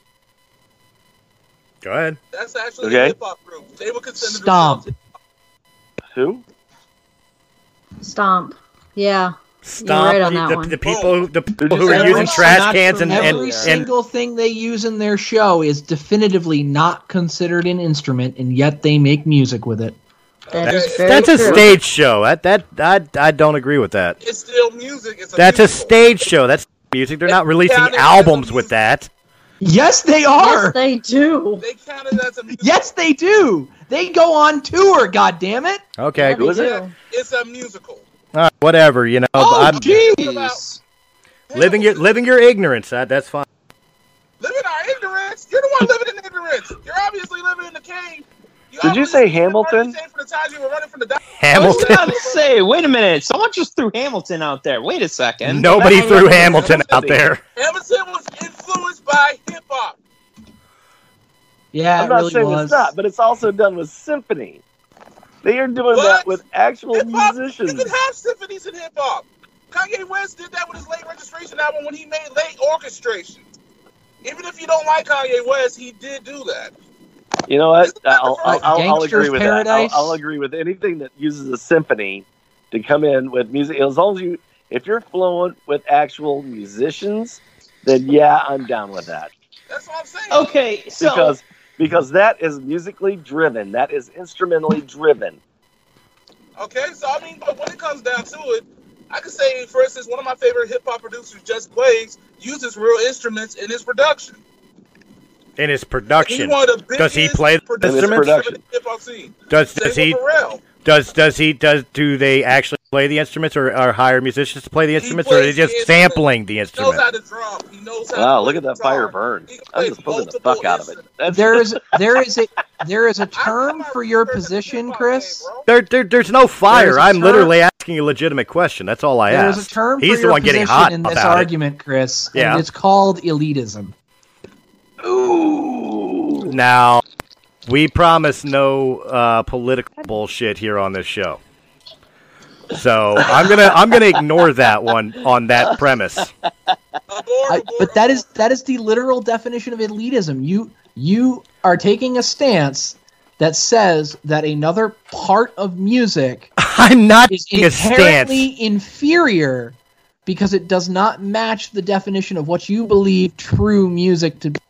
Speaker 3: Go ahead.
Speaker 5: That's actually
Speaker 4: Okay.
Speaker 5: a hip hop group. They would consider
Speaker 7: Stomp.
Speaker 5: themselves-
Speaker 4: Who?
Speaker 2: Stomp. Yeah.
Speaker 3: Stomp
Speaker 2: right on
Speaker 3: the-
Speaker 2: that
Speaker 3: the,
Speaker 2: one.
Speaker 3: the people, the people
Speaker 4: Did
Speaker 3: who
Speaker 4: you say
Speaker 3: are
Speaker 4: that?
Speaker 3: using
Speaker 7: Every-
Speaker 3: trash cans and, and,
Speaker 7: Every
Speaker 3: and-
Speaker 7: single thing they use in their show is definitively not considered an instrument, and yet they make music with it.
Speaker 2: That is
Speaker 5: That's-
Speaker 2: very
Speaker 3: that's a
Speaker 2: true.
Speaker 3: stage show. That that I I don't agree with that.
Speaker 5: It's still music. It's a
Speaker 3: That's a
Speaker 5: musical.
Speaker 3: stage show. That's music. They're not
Speaker 5: Yeah,
Speaker 3: releasing
Speaker 5: they're- they're
Speaker 3: albums
Speaker 5: music.
Speaker 3: with that.
Speaker 7: Yes, they
Speaker 2: Yes,
Speaker 7: are.
Speaker 2: they do.
Speaker 5: They count it as a musical.
Speaker 7: Yes, they do. They go on tour. God damn it.
Speaker 3: Okay,
Speaker 2: Yeah, they
Speaker 3: all
Speaker 4: was it?
Speaker 2: do.
Speaker 5: It's a musical.
Speaker 3: right, whatever. You know,
Speaker 7: Oh,
Speaker 3: I'm
Speaker 7: jeez.
Speaker 3: living your living your ignorance. That that's fine.
Speaker 5: Living our ignorance. You're the one living in ignorance. You're obviously living in the cave.
Speaker 4: Did you say Hamilton?
Speaker 5: For the time you were running from the doc-
Speaker 1: I was
Speaker 3: Hamilton.
Speaker 1: about to say, wait a minute. Someone just threw Hamilton out there. Wait a second.
Speaker 3: Nobody
Speaker 4: That's
Speaker 3: threw
Speaker 4: what I'm
Speaker 3: Hamilton
Speaker 4: saying.
Speaker 3: out there.
Speaker 5: Hamilton was influenced by hip hop.
Speaker 7: Yeah,
Speaker 4: I'm
Speaker 7: it
Speaker 4: not
Speaker 7: really
Speaker 4: saying
Speaker 7: was.
Speaker 4: it's not, but it's also done with symphony. They are doing
Speaker 5: What?
Speaker 4: that with actual
Speaker 5: Hip hop. You
Speaker 4: musicians.
Speaker 5: can have symphonies in hip hop. Kanye West did that with his late registration album when he made late orchestration. Even if you don't like Kanye West, he did do that.
Speaker 4: You know what? I'll, I'll,
Speaker 7: Like
Speaker 4: I'll, I'll
Speaker 7: Gangster's
Speaker 4: agree with
Speaker 7: Paradise?
Speaker 4: that. I'll, I'll agree with anything that uses a symphony to come in with music. As long as you, if you're flowing with actual musicians, then yeah, I'm down with that
Speaker 5: That's what I'm saying.
Speaker 1: Okay, so
Speaker 4: because because that is musically driven. That is instrumentally driven.
Speaker 5: Okay, so I mean, but when it comes down to it, I could say, for instance, one of my favorite hip hop producers, Just Blaze, uses real instruments in his production.
Speaker 3: In his
Speaker 5: He's
Speaker 3: production,
Speaker 5: one of the biggest
Speaker 3: Does he play the
Speaker 5: producers
Speaker 4: instruments?
Speaker 5: in the hip hop scene.
Speaker 3: does
Speaker 5: Same
Speaker 3: does he
Speaker 5: with Pharrell.
Speaker 3: does does he does do they actually play the instruments or, or hire musicians to play the
Speaker 5: He
Speaker 3: instruments or are they
Speaker 5: plays the
Speaker 3: just
Speaker 5: instrument.
Speaker 3: sampling the
Speaker 5: He knows
Speaker 3: instrument?
Speaker 5: how to drum. He knows how.
Speaker 4: Wow,
Speaker 5: to
Speaker 4: look
Speaker 5: play
Speaker 4: at that
Speaker 5: guitar.
Speaker 4: fire burn!
Speaker 5: He can
Speaker 4: I'm
Speaker 5: play
Speaker 4: just poking the
Speaker 5: multiple
Speaker 4: fuck out of it.
Speaker 5: instruments.
Speaker 4: That's
Speaker 7: There is there is a there is a
Speaker 5: I
Speaker 7: term
Speaker 5: come out
Speaker 7: for
Speaker 5: with
Speaker 7: your
Speaker 5: research in the
Speaker 7: position,
Speaker 5: hip-hop
Speaker 7: Chris.
Speaker 5: game, bro.
Speaker 3: There, there, there's no fire.
Speaker 7: There's a
Speaker 3: I'm
Speaker 7: term-
Speaker 3: literally asking a legitimate question. That's all I
Speaker 7: There
Speaker 3: asked.
Speaker 7: is a term
Speaker 3: Uh, He's
Speaker 7: for
Speaker 3: the
Speaker 7: your
Speaker 3: one getting
Speaker 7: position
Speaker 3: hot
Speaker 7: in this
Speaker 3: about it.
Speaker 7: argument, Chris. and
Speaker 3: Yeah.
Speaker 7: it's called elitism.
Speaker 3: Now, we promise no uh, political bullshit here on this show. So I'm gonna I'm gonna ignore that one on that premise.
Speaker 5: Abort,
Speaker 7: I,
Speaker 5: abort,
Speaker 7: but that
Speaker 5: abort.
Speaker 7: is that is the literal definition of elitism. You you are taking a stance that says that another part of
Speaker 3: [laughs]
Speaker 7: music
Speaker 3: I'm not
Speaker 7: is
Speaker 3: taking a stance.
Speaker 7: inherently inferior because it does not match the definition of what you believe true music to be.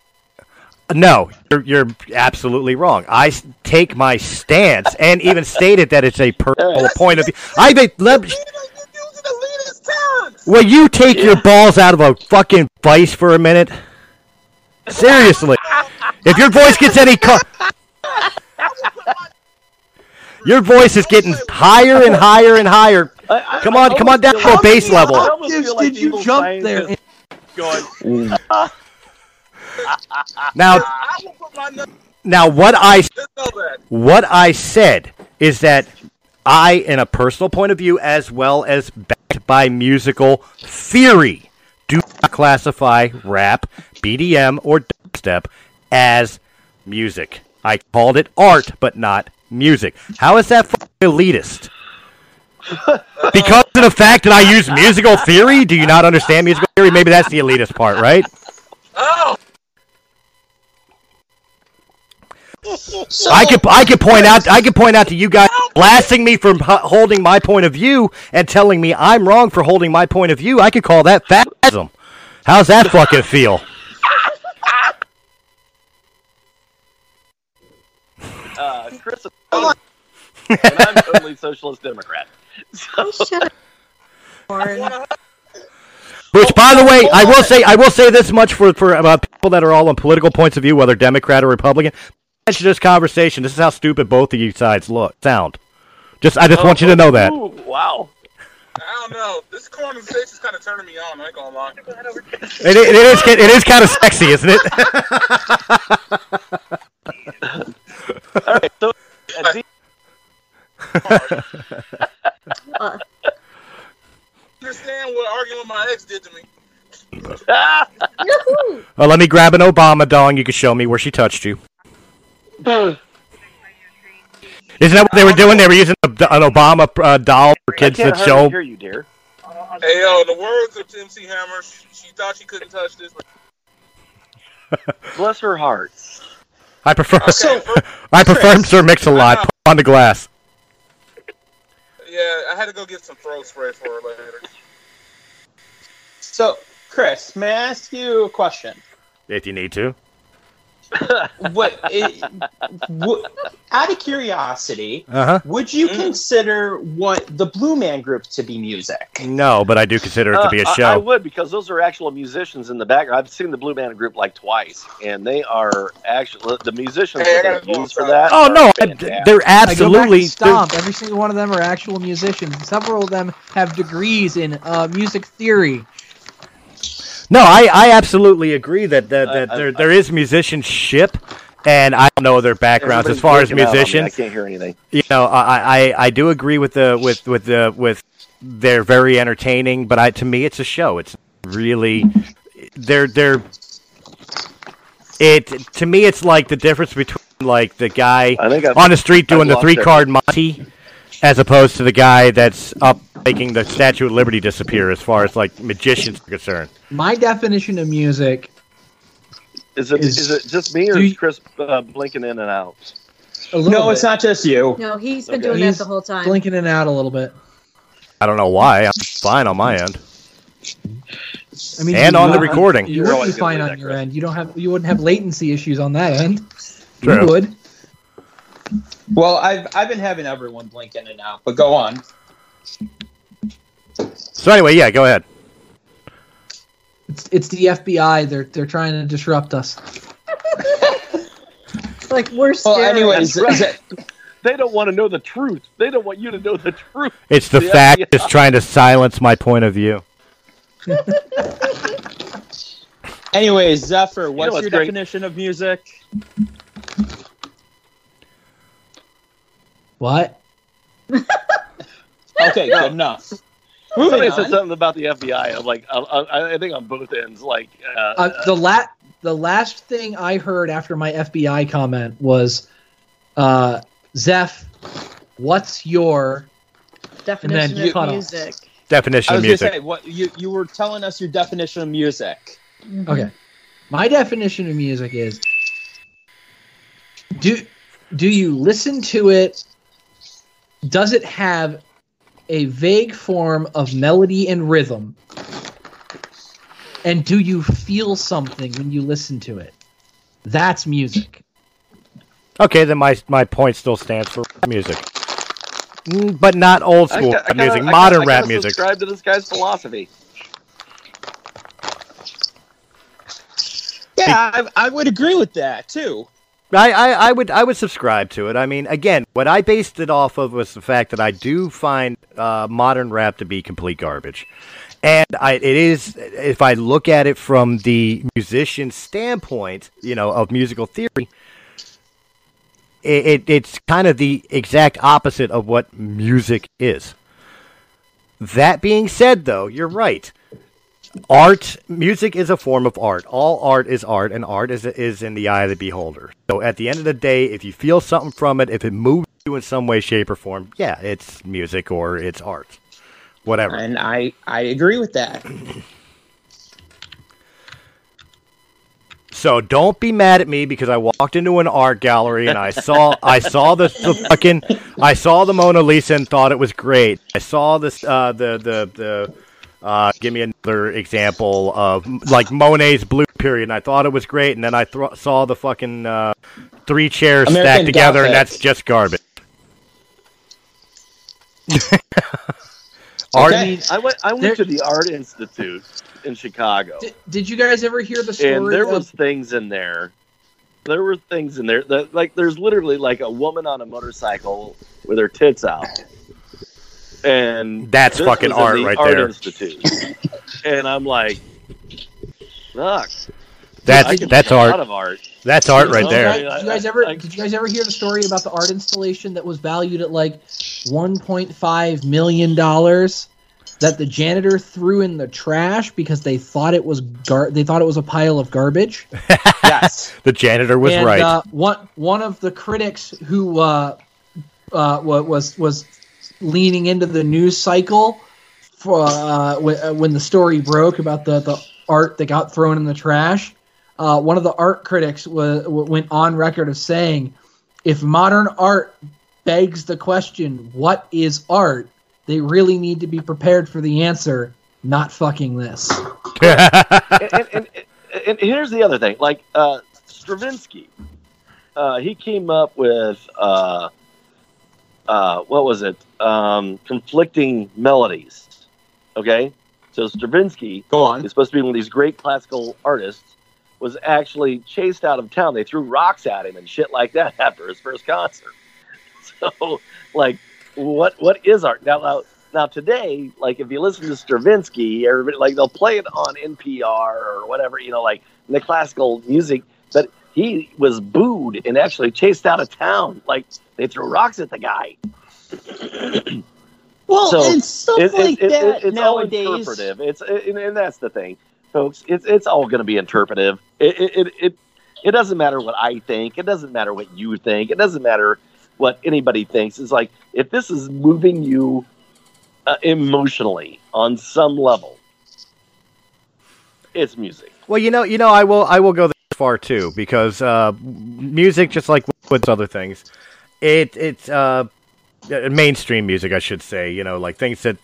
Speaker 3: No, you're, you're absolutely wrong. I s- take my stance and even stated that it's a personal point of view. I think let,
Speaker 5: You're using elitist [laughs] terms.
Speaker 3: Will you take your balls out of a fucking vice for a minute? Seriously. If your voice gets any co- Your voice is getting higher and higher and higher.
Speaker 4: I- I-
Speaker 3: Come
Speaker 4: I
Speaker 3: on, come on
Speaker 4: almost
Speaker 3: down
Speaker 4: feel
Speaker 3: to a
Speaker 4: like-
Speaker 3: base level.
Speaker 4: I almost
Speaker 7: Gibbs,
Speaker 4: feel like
Speaker 7: did you
Speaker 4: evil
Speaker 7: jump there?
Speaker 4: scientists Going,
Speaker 3: Now
Speaker 5: I will put my nuts
Speaker 3: now what I
Speaker 5: just know that.
Speaker 3: what I said is that I, in a personal point of view, as well as backed by musical theory, do not classify rap, BDM, or dubstep as music. I called it art, but not music. How is that fucking elitist? Because of the fact that I use musical theory, do you not understand musical theory? Maybe that's the elitist part, right?
Speaker 5: Oh,
Speaker 2: So,
Speaker 3: I could I could point out I could point out to you guys blasting me for h- holding my point of view and telling me I'm wrong for holding my point of view. I could call that fascism. How's that fucking feel?
Speaker 4: uh, Chris is and [laughs] I'm totally socialist democrat.
Speaker 2: shut
Speaker 4: [laughs]
Speaker 2: up, Warren.
Speaker 3: Which, by the way, I will say I will say this much for for uh, people that are all on political points of view, whether Democrat or Republican. Attention to this conversation. This is how stupid both of you sides look sound. Just I just want you to know that.
Speaker 4: Ooh, wow.
Speaker 5: I don't know. This conversation is kind of turning me on. I ain't gonna lie.
Speaker 3: It, i- it is ki- it is kind of sexy, isn't it?
Speaker 4: All right. So, uh, D-
Speaker 2: Uh,
Speaker 5: understand what arguing with my ex did to me.
Speaker 2: yoo-hoo!
Speaker 3: well, let me grab an Obama doll and you can show me where she touched
Speaker 4: [sighs]
Speaker 3: you. Isn't that what they were doing? They were using a, an Obama uh, doll for kids
Speaker 4: Uh, I can't
Speaker 3: to
Speaker 4: hardly
Speaker 3: show.
Speaker 4: hear you, dear.
Speaker 5: Hey, yo, the words of MC Hammer. She, she thought she couldn't touch this.
Speaker 4: Bless her heart.
Speaker 3: I prefer
Speaker 5: So-
Speaker 3: I prefer Sir Mix a lot.
Speaker 4: Uh-huh.
Speaker 3: Put on the glass.
Speaker 5: Yeah, I had to go get some throat spray for her later.
Speaker 8: So, Chris, may I ask you a question?
Speaker 3: If you need to.
Speaker 8: What, it, wo- out of curiosity,
Speaker 3: Uh
Speaker 8: would you
Speaker 5: Mm.
Speaker 8: consider what the Blue Man Group to be music?
Speaker 3: huh. No, but I do consider it to be a
Speaker 4: Uh, I-
Speaker 3: show.
Speaker 4: I, would because those are actual musicians in the background. I've seen the Blue Man Group like twice, and they are actually the musicians
Speaker 5: Hey, I
Speaker 4: that
Speaker 5: gotta
Speaker 4: they
Speaker 5: go
Speaker 4: use for
Speaker 5: outside.
Speaker 4: that.
Speaker 3: oh
Speaker 4: are
Speaker 3: no, I,
Speaker 4: fantastic.
Speaker 7: I go
Speaker 3: they're
Speaker 7: back
Speaker 3: absolutely.
Speaker 7: to Stomp. Every single one of them are actual musicians. Several of them have degrees in uh, music theory.
Speaker 3: No, I, I absolutely agree that that,
Speaker 4: I-
Speaker 3: that
Speaker 4: I-
Speaker 3: there there is musicianship, and I don't know their backgrounds as far as
Speaker 4: Everybody's freaking out on me.
Speaker 3: musicians.
Speaker 4: I can't hear anything.
Speaker 3: you know, I, I, I do agree with the with with the with they're very entertaining, but I to me it's a show. It's really they're they're it to me it's like the difference between like the guy
Speaker 4: I think I've,
Speaker 3: on the street doing
Speaker 4: Uh, I've
Speaker 3: the
Speaker 4: lost
Speaker 3: three card Monty as opposed to the guy that's up making the Statue of Liberty disappear as far as like magicians are concerned.
Speaker 7: My definition of music
Speaker 4: is it
Speaker 8: is-
Speaker 4: is it just me or
Speaker 8: do
Speaker 4: is
Speaker 8: you-
Speaker 4: Chris uh, blinking in and out?
Speaker 7: a little
Speaker 8: No, it's
Speaker 7: bit,
Speaker 8: not just you.
Speaker 2: No, he's been
Speaker 4: Okay.
Speaker 2: doing
Speaker 7: He's
Speaker 2: that the whole time.
Speaker 7: blinking in and out a little bit.
Speaker 3: I don't know why. I'm fine on my end.
Speaker 7: I mean,
Speaker 3: And
Speaker 7: you
Speaker 3: on the
Speaker 7: would-
Speaker 3: recording.
Speaker 7: you
Speaker 4: You're
Speaker 7: would be
Speaker 4: always gonna
Speaker 7: fine
Speaker 4: do
Speaker 7: on
Speaker 4: that,
Speaker 7: your
Speaker 4: Chris.
Speaker 7: end. You don't have you wouldn't have latency issues on that end.
Speaker 3: True.
Speaker 7: You would.
Speaker 8: Well, I've I've been having everyone blink in and out, but go on.
Speaker 3: So anyway, yeah, go ahead.
Speaker 7: It's it's the FBI. They're they're trying to disrupt us.
Speaker 2: Like we're
Speaker 8: Well,
Speaker 2: scared.
Speaker 8: anyways,
Speaker 4: That's right.
Speaker 8: is it-
Speaker 4: They don't want to know the truth. They don't want you to know the truth.
Speaker 3: It's the
Speaker 4: Yeah,
Speaker 3: fact
Speaker 4: yeah.
Speaker 3: is trying to silence my point of view.
Speaker 8: anyways, Zephyr, what's
Speaker 4: what's
Speaker 8: your
Speaker 4: great?
Speaker 8: definition of music?
Speaker 7: What?
Speaker 8: Okay, good enough.
Speaker 4: Somebody
Speaker 8: Moving
Speaker 4: said
Speaker 8: on.
Speaker 4: something about the FBI. I'm like, I, I, I think on both ends, like uh,
Speaker 7: Uh, the la- the last thing I heard after my FBI comment was, uh, Zeph, what's your?
Speaker 2: definition
Speaker 7: And then you-
Speaker 2: of music.
Speaker 3: Definition
Speaker 8: I
Speaker 3: of
Speaker 8: was gonna
Speaker 3: music.
Speaker 8: say what you you were telling us your definition of music.
Speaker 2: Mhm.
Speaker 7: Okay. My definition of music is do do you listen to it? Does it have a vague form of melody and rhythm? And do you feel something when you listen to it? That's music.
Speaker 3: Okay, then my my point still stands for rap music, Mm, but not old
Speaker 4: I
Speaker 3: school
Speaker 4: ca- I
Speaker 3: rap
Speaker 4: kinda-
Speaker 3: music,
Speaker 4: I ca-
Speaker 3: modern
Speaker 4: I
Speaker 3: rap
Speaker 4: kinda
Speaker 3: music.
Speaker 4: Subscribe to this guy's philosophy.
Speaker 8: Yeah, I, I would agree with that too.
Speaker 3: I, I I would I would subscribe to it. I mean, again, what I based it off of was the fact that I do find uh, modern rap to be complete garbage, and I it is if I look at it from the musician standpoint, you know, of musical theory. It, it it's kind of the exact opposite of what music is. That being said, though, you're right. Art, music is a form of art. All art is art, and art is is in the eye of the beholder. So at the end of the day, if you feel something from it, if it moves you in some way, shape, or form, yeah, it's music or it's art, whatever.
Speaker 8: And I I agree with that.
Speaker 3: So don't be mad at me because I walked into an art gallery and I saw I saw the, the fucking I saw the Mona Lisa and thought it was great. I saw this uh, the the the uh, give me another example of like Monet's Blue Period and I thought it was great and then I thro- saw the fucking uh, three chairs stacked
Speaker 8: American
Speaker 3: together and
Speaker 8: Gothic.
Speaker 3: that's just
Speaker 4: [laughs]
Speaker 3: garbage. Art
Speaker 8: Okay.
Speaker 4: I went. I went
Speaker 7: There-
Speaker 4: to the Art Institute in Chicago,
Speaker 7: Did, did you guys ever hear the story?
Speaker 4: and there was
Speaker 7: of,
Speaker 4: things in there. There were things in there that, like, there's literally like a woman on a motorcycle with her tits out. And
Speaker 3: That's
Speaker 4: this
Speaker 3: fucking
Speaker 4: was in
Speaker 3: art
Speaker 4: the
Speaker 3: right
Speaker 4: Art
Speaker 3: there.
Speaker 4: Institute. and I'm like, fuck.
Speaker 3: That's-
Speaker 4: I can
Speaker 3: that's
Speaker 4: make a
Speaker 3: art.
Speaker 4: lot of art.
Speaker 3: That's art right
Speaker 4: Oh,
Speaker 7: Did
Speaker 3: there.
Speaker 4: yeah.
Speaker 7: you guys ever did you guys ever hear the story about the art installation that was valued at like 1.5 million dollars that the janitor threw in the trash because they thought it was gar- they thought it was a pile of garbage?
Speaker 8: Yes.
Speaker 3: The janitor was
Speaker 7: and,
Speaker 3: right.
Speaker 7: Uh, one one of the critics who uh, uh, wa- was was leaning into the news cycle for uh, w- uh, when the story broke about the, the art that got thrown in the trash. Uh, one of the art critics wa- w- went on record of saying, "If modern art begs the question, what is art? They really need to be prepared for the answer, not fucking this."
Speaker 3: [laughs]
Speaker 4: and, and, and, and here's the other thing like uh, stravinsky uh, he came up with uh, uh, what was it um, conflicting melodies okay so stravinsky
Speaker 8: Go on.
Speaker 4: is supposed to be one of these great classical artists was actually chased out of town they threw rocks at him and shit like that [laughs] after his first concert [laughs] so like what what is art now now, now today like if you listen to stravinsky everybody like they'll play it on npr or whatever you know like the classical music but he was booed and actually chased out of town like they threw rocks at the guy
Speaker 1: Well,
Speaker 4: So,
Speaker 1: and stuff
Speaker 4: It- it-
Speaker 1: like
Speaker 4: it-
Speaker 1: that
Speaker 4: it's
Speaker 1: nowadays.
Speaker 4: all interpretive it's and, and that's the thing folks it's it's all going to be interpretive it it, it it it doesn't matter what i think it doesn't matter what you think it doesn't matter what anybody thinks it's like if this is moving you uh, emotionally on some level it's music
Speaker 3: Well, you know, you know, I will, I will go this far too because uh, music, just like with other things, it, it's uh, uh, mainstream music, I should say. You know, like things that,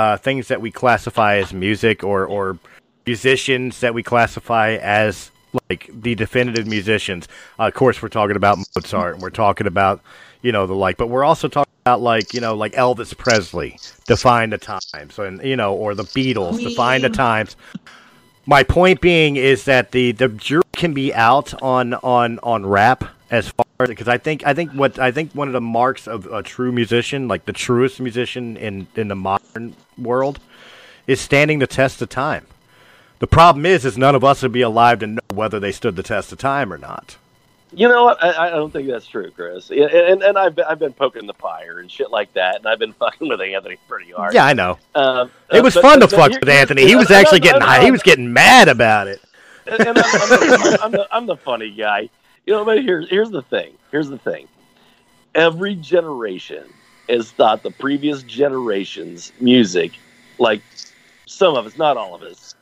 Speaker 3: uh, things that we classify as music, or or musicians that we classify as like the definitive musicians. Uh, of course, we're talking about Mozart, and we're talking about you know the like, but we're also talking about like you know like Elvis Presley, define the times, and you know, or the Beatles, define the
Speaker 7: Queen.
Speaker 3: times. My point being is that the the jury can be out on on on rap as far as because I think I think what I think one of the marks of a true musician, like the truest musician in in the modern world, is standing the test of time. The problem is, is none of us would be alive to know whether they stood the test of time or not.
Speaker 4: You know what? I, I don't think that's true, Chris. Yeah, And, and I've, been, I've been poking the fire and shit like that, and I've been [laughs] fucking with Anthony pretty hard.
Speaker 3: Yeah, I know.
Speaker 4: Um,
Speaker 3: It
Speaker 4: uh,
Speaker 3: was
Speaker 4: but-
Speaker 3: fun to
Speaker 4: but- but
Speaker 3: fuck
Speaker 4: here-
Speaker 3: with Anthony. He
Speaker 4: and-
Speaker 3: was
Speaker 4: and [laughs]
Speaker 3: actually
Speaker 4: I'm-
Speaker 3: getting
Speaker 4: I'm-
Speaker 3: high. He was getting mad about it.
Speaker 4: and and I'm, I'm, the, I'm, the, I'm the funny guy. You know, but here's here's the thing. Here's the thing. Every generation has thought the previous generation's music, like some of us, not all of us,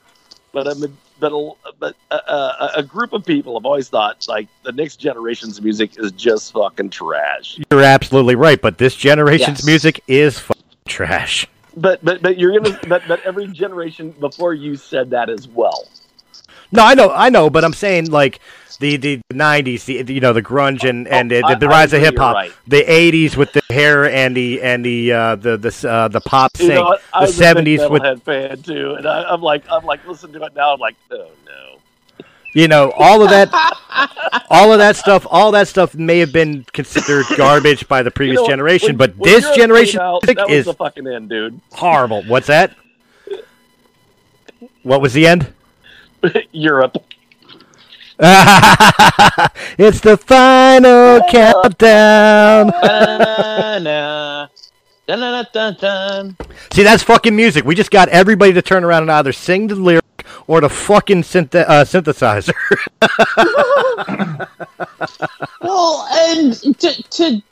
Speaker 4: but a ma- but a, but a, a, a group of people have always thought like the next generation's music is just fucking trash.
Speaker 3: You're absolutely right, but this generation's
Speaker 8: Yes.
Speaker 3: music is fucking trash.
Speaker 4: But but but you're gonna but but every generation before you said that as well.
Speaker 3: No, I know, I know, but I'm saying like the the '90s, the the, you know, the grunge and and
Speaker 4: Oh,
Speaker 3: the, the
Speaker 4: I-
Speaker 3: rise
Speaker 4: I
Speaker 3: of
Speaker 4: agree,
Speaker 3: hip hop,
Speaker 4: you're right.
Speaker 3: the '80s with the hair and the and the uh, the the uh, the pop
Speaker 4: You
Speaker 3: sync,
Speaker 4: know what?
Speaker 3: the
Speaker 4: I was a big
Speaker 3: '70s with
Speaker 4: metalhead fan too, and I, I'm like, I'm like, listen to it now. I'm like, oh no.
Speaker 3: you know all of that,
Speaker 4: [laughs]
Speaker 3: all of that stuff, all that stuff may have been considered garbage by the
Speaker 4: You
Speaker 3: previous
Speaker 4: know what?
Speaker 3: generation,
Speaker 4: When-
Speaker 3: but
Speaker 4: when
Speaker 3: this
Speaker 4: Europe
Speaker 3: generation
Speaker 4: came
Speaker 3: [laughs]
Speaker 4: out,
Speaker 3: music
Speaker 4: that was
Speaker 3: is
Speaker 4: the fucking end, dude.
Speaker 3: horrible. What's that? What was the end?
Speaker 4: Europe.
Speaker 3: it's the final countdown.
Speaker 1: Ba-na-na-na. Dun-dun-dun-dun.
Speaker 3: See, that's fucking music. We just got everybody to turn around and either sing the lyric or the fucking synth- uh, [laughs] synthesizer.
Speaker 1: Well, and to, to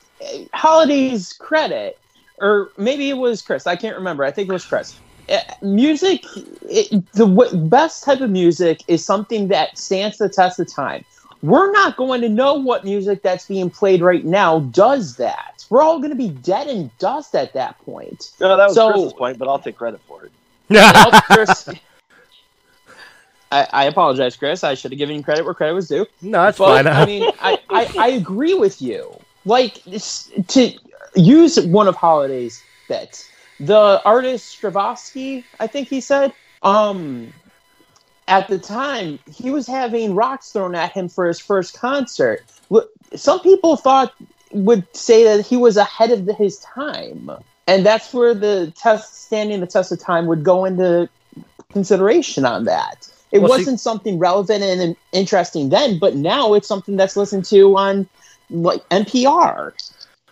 Speaker 1: Holiday's credit, or maybe it was Chris. I can't remember. I think it was Chris. Uh, music, it, the w- best type of music is something that stands the test of time. We're not going to know what music that's being played right now does that. We're all going to be dead and dust at that point.
Speaker 4: No, that was
Speaker 1: So-
Speaker 4: Chris's point, but I'll take credit for it.
Speaker 1: Nope, Chris. I, I apologize, Chris. I should have given you credit where credit was due.
Speaker 3: no, that's [laughs]
Speaker 1: But,
Speaker 3: fine.
Speaker 1: I mean, I, I, I agree with you. Like this, to use one of Holiday's bits, the artist Stravosky, I think he said, um, at the time he was having rocks thrown at him for his first concert. Wh- Some people thought would say that he was ahead of the, his time, and that's where the test standing the test of time would go into consideration on that. It
Speaker 10: Well, see-
Speaker 1: wasn't something relevant and, and interesting then, but now it's something that's listened to on like NPR.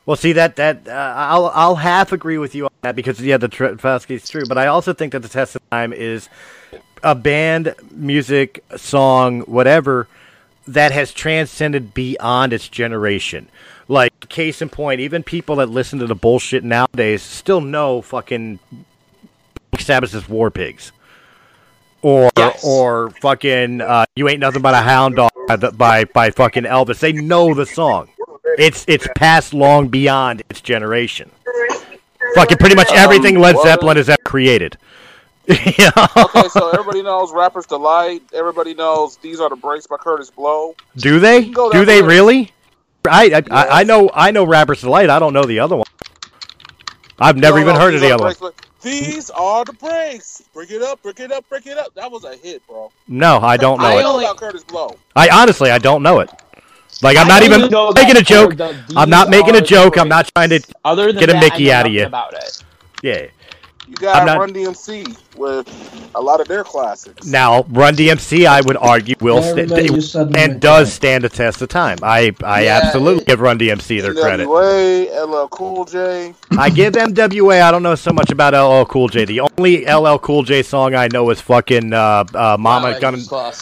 Speaker 3: Well, see that that uh, I'll I'll half agree with you on that because yeah, the Trefowski is true, but I also think that the test of time is a band, music, song, whatever that has transcended beyond its generation. Like case in point, even people that listen to the bullshit nowadays still know fucking Sabbath's War Pigs, or or fucking uh, You Ain't Nothing But a Hound Dog by the- by by fucking Elvis. They know the song. It's it's passed long beyond its generation. Fucking pretty
Speaker 5: Um,
Speaker 3: much everything Led Zeppelin has ever created. [laughs] yeah.
Speaker 5: okay, so everybody knows Rappers Delight. Everybody knows These Are the Breaks by Curtis Blow.
Speaker 3: Do they?
Speaker 5: can go
Speaker 3: Do
Speaker 5: that
Speaker 3: they
Speaker 5: way.
Speaker 3: really? I I, I I know I know Rapper's Delight. I don't know the other one. I've never
Speaker 5: No,
Speaker 3: even
Speaker 5: no,
Speaker 3: heard of
Speaker 5: These
Speaker 3: the
Speaker 5: Are
Speaker 3: other one.
Speaker 5: Breaks, but These Are the Breaks. Break it up, break it up, break it up. That was a hit, bro.
Speaker 3: No, I don't know
Speaker 5: I
Speaker 3: it.
Speaker 5: know about Curtis Blow.
Speaker 3: I honestly I don't know it. Like I'm
Speaker 5: I
Speaker 3: not
Speaker 5: only
Speaker 3: even
Speaker 5: know
Speaker 3: making
Speaker 5: that
Speaker 3: a joke.
Speaker 5: for
Speaker 3: I'm not making
Speaker 5: Are
Speaker 3: a
Speaker 5: the
Speaker 3: joke. I'm not trying to
Speaker 1: Other than
Speaker 3: get a
Speaker 1: that, I
Speaker 3: Mickey
Speaker 1: know
Speaker 3: out of you.
Speaker 1: nothing about it.
Speaker 3: Yeah.
Speaker 5: You
Speaker 3: I'm
Speaker 5: got
Speaker 3: not-
Speaker 5: Run DMC with a lot of their classics.
Speaker 3: Now, Run DMC, I would argue, will sta-
Speaker 5: Everybody
Speaker 3: they-
Speaker 5: just suddenly
Speaker 3: and
Speaker 5: went
Speaker 3: does stand a test of time. I, I
Speaker 5: Yeah,
Speaker 3: absolutely give Run DMC their credit.
Speaker 5: NWA, LL Cool J.
Speaker 3: I give MWA. I don't know so much about LL Cool J. The only LL Cool J song I know is fucking uh, uh, Mama Gonna,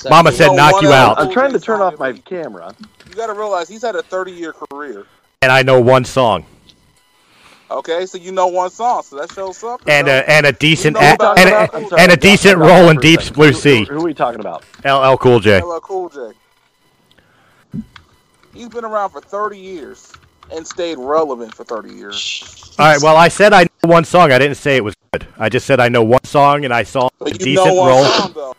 Speaker 3: Mama said
Speaker 5: No,
Speaker 3: knock
Speaker 5: one
Speaker 3: you
Speaker 5: LL
Speaker 3: out,
Speaker 5: Cool
Speaker 4: trying to
Speaker 5: J
Speaker 4: turn
Speaker 5: song.
Speaker 4: off my camera.
Speaker 5: You got to realize he's had a 30 year career.
Speaker 3: and I know one song
Speaker 5: Okay, so you know one song, so that shows something.
Speaker 3: and uh, a and a decent
Speaker 5: know
Speaker 3: a-
Speaker 5: about-
Speaker 3: and
Speaker 5: about- I'm
Speaker 3: a,
Speaker 5: sorry,
Speaker 3: and a
Speaker 5: I'm
Speaker 3: decent
Speaker 5: talking about
Speaker 3: roll in
Speaker 5: Ripper
Speaker 3: Deep's Blue Sea.
Speaker 4: Who are we talking about?
Speaker 3: LL Cool J.
Speaker 5: LL Cool J. He's been around for 30 years and stayed relevant for 30 years.
Speaker 3: All right. Well, I said I know one song. I didn't say it was good. I just said I know one song, and I saw a
Speaker 5: But you
Speaker 3: decent
Speaker 5: know one
Speaker 3: roll,
Speaker 5: song, though.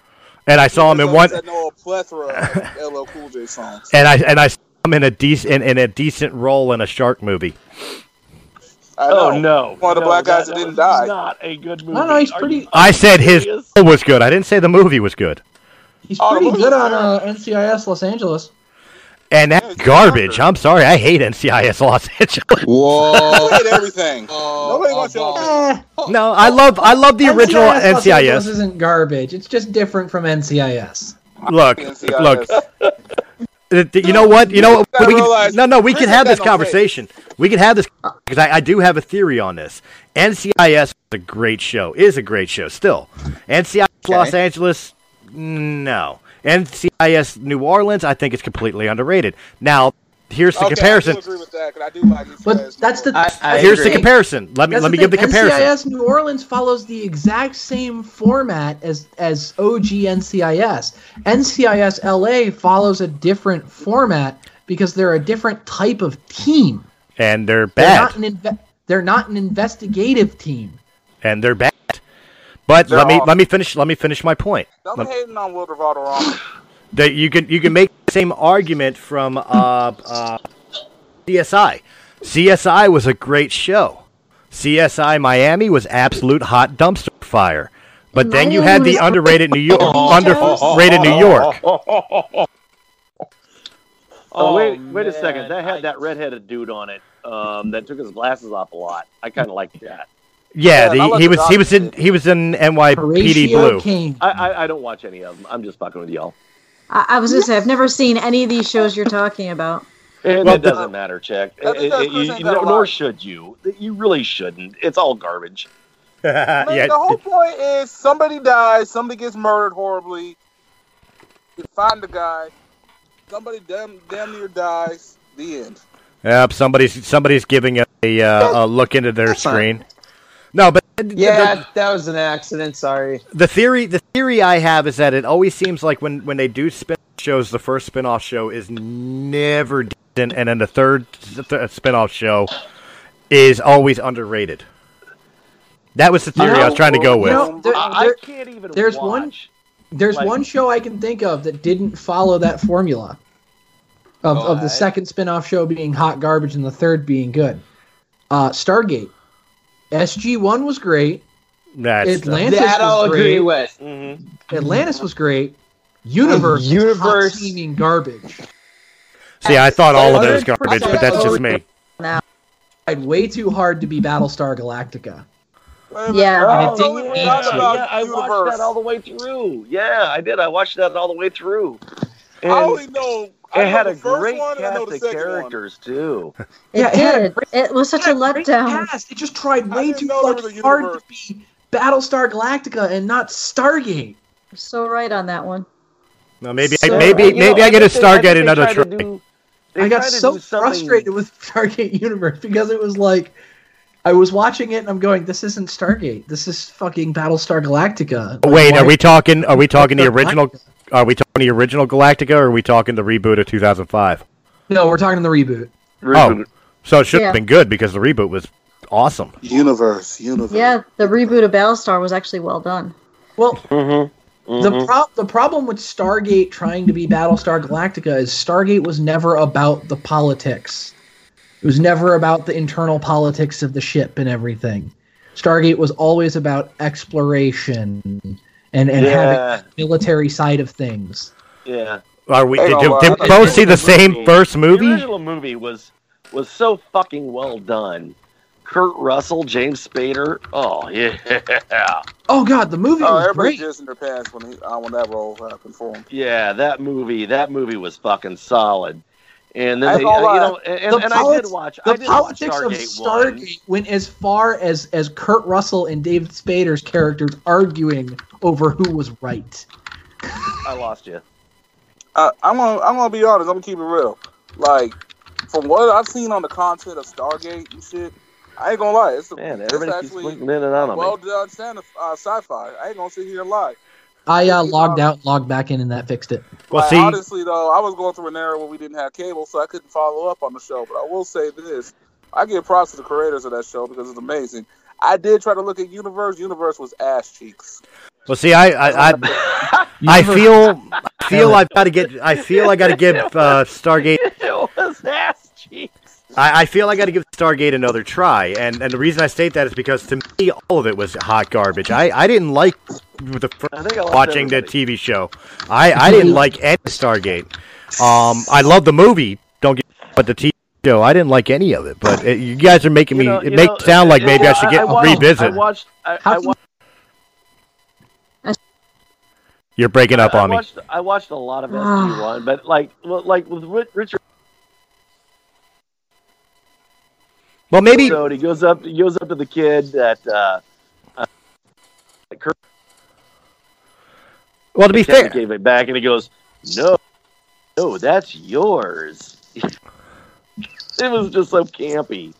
Speaker 3: and I saw him
Speaker 5: Because
Speaker 3: in one.
Speaker 5: I know a plethora of LL Cool J songs.
Speaker 3: and I and I saw him in a decent in, in a decent role in a shark movie.
Speaker 5: I
Speaker 4: Oh,
Speaker 5: know.
Speaker 4: no.
Speaker 5: One of the
Speaker 4: No,
Speaker 5: black
Speaker 4: that-
Speaker 5: guys that,
Speaker 4: that
Speaker 5: didn't
Speaker 4: was
Speaker 5: die.
Speaker 4: Not a good movie.
Speaker 7: I don't know. He's
Speaker 4: Are
Speaker 7: pretty.
Speaker 4: you-
Speaker 3: I said his role was good. I didn't say the movie was good.
Speaker 7: He's
Speaker 5: Oh, the
Speaker 7: pretty
Speaker 5: movie's
Speaker 7: good on
Speaker 5: good.
Speaker 7: uh, NCIS Los Angeles.
Speaker 3: And that garbage. I'm sorry. I hate NCIS Los Angeles.
Speaker 5: I
Speaker 8: Whoa.
Speaker 5: hate everything. Nobody wants your opinion.
Speaker 7: Eh,
Speaker 3: No, I love I love the original
Speaker 7: Los Angeles
Speaker 3: NCIS.
Speaker 7: isn't garbage. It's just different from NCIS.
Speaker 3: Look,
Speaker 5: NCIS.
Speaker 3: look. th- th- You know what? You know
Speaker 5: gotta
Speaker 3: we can,
Speaker 5: realize-
Speaker 3: no, no. We
Speaker 5: Chris
Speaker 3: can
Speaker 5: has
Speaker 3: have
Speaker 5: got
Speaker 3: this
Speaker 5: no
Speaker 3: conversation. We can have this because I, I do have a theory on this. NCIS is a great show. Is a great show still. NCIS Los Angeles, no. NCIS New Orleans, I think it's completely underrated. Now, here's the
Speaker 5: Okay,
Speaker 3: comparison.
Speaker 5: I do agree with that 'cause I do like these
Speaker 7: But
Speaker 5: guys.
Speaker 7: that's the
Speaker 8: I, I
Speaker 3: Here's
Speaker 8: agree.
Speaker 3: the comparison. Let me
Speaker 7: That's
Speaker 3: let me
Speaker 7: thing.
Speaker 3: give the comparison.
Speaker 7: NCIS New Orleans follows the exact same format as as OG NCIS. NCIS LA follows a different format because they're a different type of team.
Speaker 3: and they're
Speaker 7: They're
Speaker 3: bad,
Speaker 7: not an inve- they're not an investigative team.
Speaker 3: and they're bad. But
Speaker 5: They're
Speaker 3: let me
Speaker 5: awful.
Speaker 3: let me finish let me finish my point.
Speaker 5: Don't
Speaker 3: Let-
Speaker 5: be hating on Will
Speaker 4: [laughs]
Speaker 5: Devaldo wrong.
Speaker 3: That you can you can make the same argument from uh, uh, CSI. CSI was a great show. CSI Miami was absolute hot dumpster fire. But then you had the underrated New York, underrated New York.
Speaker 4: [laughs] Oh,
Speaker 1: Oh,
Speaker 4: wait, wait a second.
Speaker 1: man,
Speaker 4: That
Speaker 1: I-
Speaker 4: had that redheaded dude on it um, that took his glasses off a lot. I kind of like that.
Speaker 3: Yeah,
Speaker 5: Yeah, I
Speaker 3: the,
Speaker 5: love
Speaker 3: he
Speaker 5: the
Speaker 3: was he was in
Speaker 5: documentary.
Speaker 3: he was in NYPD
Speaker 7: Horatio
Speaker 3: Blue.
Speaker 7: King.
Speaker 4: I, I, I don't watch any of them. I'm just fucking with y'all.
Speaker 2: I, I was gonna say I've never seen any of these shows you're talking about.
Speaker 4: And
Speaker 3: Well,
Speaker 4: it doesn't matter, Check.
Speaker 5: That's
Speaker 4: It- it-
Speaker 5: because
Speaker 4: it- you-
Speaker 5: Chris ain't
Speaker 4: no-
Speaker 5: got a
Speaker 4: nor
Speaker 5: lot.
Speaker 4: should you. You really shouldn't. It's all garbage.
Speaker 5: Man,
Speaker 3: [laughs] yeah,
Speaker 5: The whole point is somebody dies, somebody gets murdered horribly. You find the guy, somebody damn, damn near dies. The end.
Speaker 3: Yep, somebody's somebody's giving a, a, uh, a look into their
Speaker 8: That's not-
Speaker 3: screen. No, but the-
Speaker 8: Yeah,
Speaker 3: the,
Speaker 8: that was an accident. Sorry.
Speaker 3: the theory the theory I have is that it always seems like when when they do spin shows, the first spin off show is never decent, and then the third th- spin off show is always underrated. That was the theory I was trying to go with.
Speaker 7: know, there-
Speaker 4: I,
Speaker 7: there-
Speaker 4: I can't even.
Speaker 7: there's
Speaker 4: watch.
Speaker 7: one- There's
Speaker 4: Like-
Speaker 7: one show I can think of that didn't follow that formula of, of the
Speaker 8: Alright.
Speaker 7: second spin-off show being hot garbage and the third being good. Uh, Stargate. SG1 was great.
Speaker 3: That's
Speaker 7: Atlantis
Speaker 8: That I'll
Speaker 7: was
Speaker 8: agree
Speaker 7: great.
Speaker 8: with.
Speaker 4: Mhm.
Speaker 7: Atlantis was great. Universe,
Speaker 8: Universe.
Speaker 7: hot seeming garbage.
Speaker 3: see, I thought all of
Speaker 8: Other
Speaker 3: those garbage, but that's just me.
Speaker 2: now.
Speaker 7: Tried way too hard to be Battlestar Galactica.
Speaker 2: Yeah.
Speaker 7: And it
Speaker 4: Oh,
Speaker 7: didn't
Speaker 4: we were
Speaker 7: need
Speaker 4: talking
Speaker 7: to.
Speaker 4: about- yeah, I watched
Speaker 5: Universe.
Speaker 4: that all the way through. Yeah, I did. I watched that all the way through. And
Speaker 5: I only know. I
Speaker 4: it
Speaker 5: know
Speaker 4: had
Speaker 5: the
Speaker 4: a
Speaker 5: first
Speaker 4: great
Speaker 5: one, and I know
Speaker 4: cast
Speaker 5: the
Speaker 4: of
Speaker 5: second
Speaker 4: characters too.
Speaker 2: It
Speaker 7: Yeah, it had a
Speaker 2: did. It was such a
Speaker 7: Yeah, great
Speaker 2: letdown.
Speaker 7: cast. It just tried
Speaker 5: I
Speaker 7: way
Speaker 5: didn't
Speaker 7: too
Speaker 5: know there was
Speaker 7: fucking
Speaker 5: a
Speaker 7: hard to
Speaker 5: universe.
Speaker 7: be Battlestar Galactica and not Stargate.
Speaker 2: You're So right on that one.
Speaker 3: No, maybe
Speaker 2: So-
Speaker 3: I, maybe
Speaker 4: uh, You know,
Speaker 3: maybe I get a
Speaker 4: think- I think
Speaker 3: Stargate
Speaker 4: they
Speaker 3: another
Speaker 4: tried
Speaker 3: try.
Speaker 4: to do- they
Speaker 7: I got
Speaker 4: tried to
Speaker 7: so
Speaker 4: do something-
Speaker 7: frustrated with [laughs] Stargate Universe because it was like I was watching it and I'm going, "This isn't Stargate. This is fucking Battlestar Galactica." Like,
Speaker 3: Oh, Wait,
Speaker 7: why-
Speaker 3: are we talking? Are we talking the
Speaker 7: Galactica?
Speaker 3: original? Are we talking the original Galactica, or are we talking the reboot of 2005?
Speaker 7: No, we're talking the reboot.
Speaker 3: Oh, so it should
Speaker 2: Yeah.
Speaker 3: have been good because the reboot was awesome.
Speaker 5: Universe, universe.
Speaker 2: Yeah, the reboot of Battlestar was actually well done.
Speaker 7: Well,
Speaker 4: Mhm. [laughs]
Speaker 7: the pro- the problem with Stargate trying to be Battlestar Galactica is Stargate was never about the politics. It was never about the internal politics of the ship and everything. Stargate was always about exploration and and having
Speaker 4: yeah,
Speaker 7: the military side of things.
Speaker 4: yeah.
Speaker 3: Are we?
Speaker 5: Hey,
Speaker 3: Did,
Speaker 5: no,
Speaker 3: did,
Speaker 5: uh,
Speaker 3: did we both see the
Speaker 4: the
Speaker 3: same
Speaker 4: movie-
Speaker 3: first
Speaker 4: The
Speaker 3: movie?
Speaker 4: original movie was was so fucking well done. Kurt Russell, James Spader. Oh [laughs] yeah,
Speaker 7: Oh god, the movie
Speaker 5: Oh,
Speaker 7: was
Speaker 5: everybody
Speaker 7: great.
Speaker 5: just in their pants when he, uh, when that role happened for him.
Speaker 4: yeah. That movie, that movie was fucking solid. And then
Speaker 5: That's
Speaker 4: they,
Speaker 5: all
Speaker 4: you
Speaker 5: I-
Speaker 4: know, and,
Speaker 7: the
Speaker 4: and, and I did
Speaker 7: polit-
Speaker 4: watch. I
Speaker 7: The
Speaker 4: did
Speaker 7: politics
Speaker 4: watch
Speaker 7: of
Speaker 4: Stargate one.
Speaker 7: Stargate went as far as as Kurt Russell and David Spader's characters arguing over who was right.
Speaker 4: I lost you.
Speaker 5: I, I'm gonna I'm gonna be honest. I'm gonna keep it real. Like from what I've seen on the content of Stargate and shit, I ain't gonna lie. It's, a,
Speaker 4: Man,
Speaker 5: it's
Speaker 4: everybody keeps
Speaker 5: actually
Speaker 4: blinking in and out on
Speaker 5: well
Speaker 4: me.
Speaker 5: done stand- uh, sci-fi. I ain't gonna sit here and lie.
Speaker 7: I uh, logged
Speaker 4: um,
Speaker 7: out, logged back in, and that fixed it.
Speaker 3: Well,
Speaker 5: Like,
Speaker 3: see,
Speaker 5: honestly though, I was going through an era where we didn't have cable, so I couldn't follow up on the show. But I will say this: I give props to the creators of that show because it's amazing. I did try to look at Universe. Universe was ass cheeks.
Speaker 3: well, see, I, I,
Speaker 4: [laughs]
Speaker 3: I, I feel, I feel I've got to get, I feel I got to give uh, Stargate
Speaker 4: it was ass cheeks.
Speaker 3: I, I feel I got to give Stargate another try, and and the reason I state that is because to me all of it was hot garbage. I, I didn't like the first
Speaker 4: I think I lost
Speaker 3: watching the
Speaker 4: everybody.
Speaker 3: TV show. I, I
Speaker 4: [laughs]
Speaker 3: didn't like any Stargate. Um, I love the movie. Don't get but the TV show I didn't like any of it. But it, you guys are making me
Speaker 4: You know-
Speaker 3: it
Speaker 4: you
Speaker 3: make
Speaker 4: know,
Speaker 3: it sound like
Speaker 4: uh,
Speaker 3: maybe I
Speaker 4: well,
Speaker 3: should get
Speaker 4: watched- I
Speaker 3: revisit.
Speaker 4: watched. I,
Speaker 7: How
Speaker 4: I
Speaker 7: can-
Speaker 4: watched,
Speaker 3: You're breaking up
Speaker 4: I,
Speaker 3: on me.
Speaker 4: watched, I watched a lot of SG One, but like, well, like with Ri- Richard,
Speaker 3: Well, maybe
Speaker 4: episode, he goes up, he goes up to the kid that. Uh, uh, Kurt
Speaker 3: well to be
Speaker 4: Kevin
Speaker 3: fair,
Speaker 4: gave it back, and he goes, "No, no, that's yours." [laughs] it was just so campy.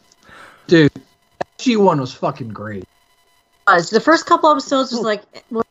Speaker 7: G one was fucking great.
Speaker 2: Uh, Was the first couple episodes was like,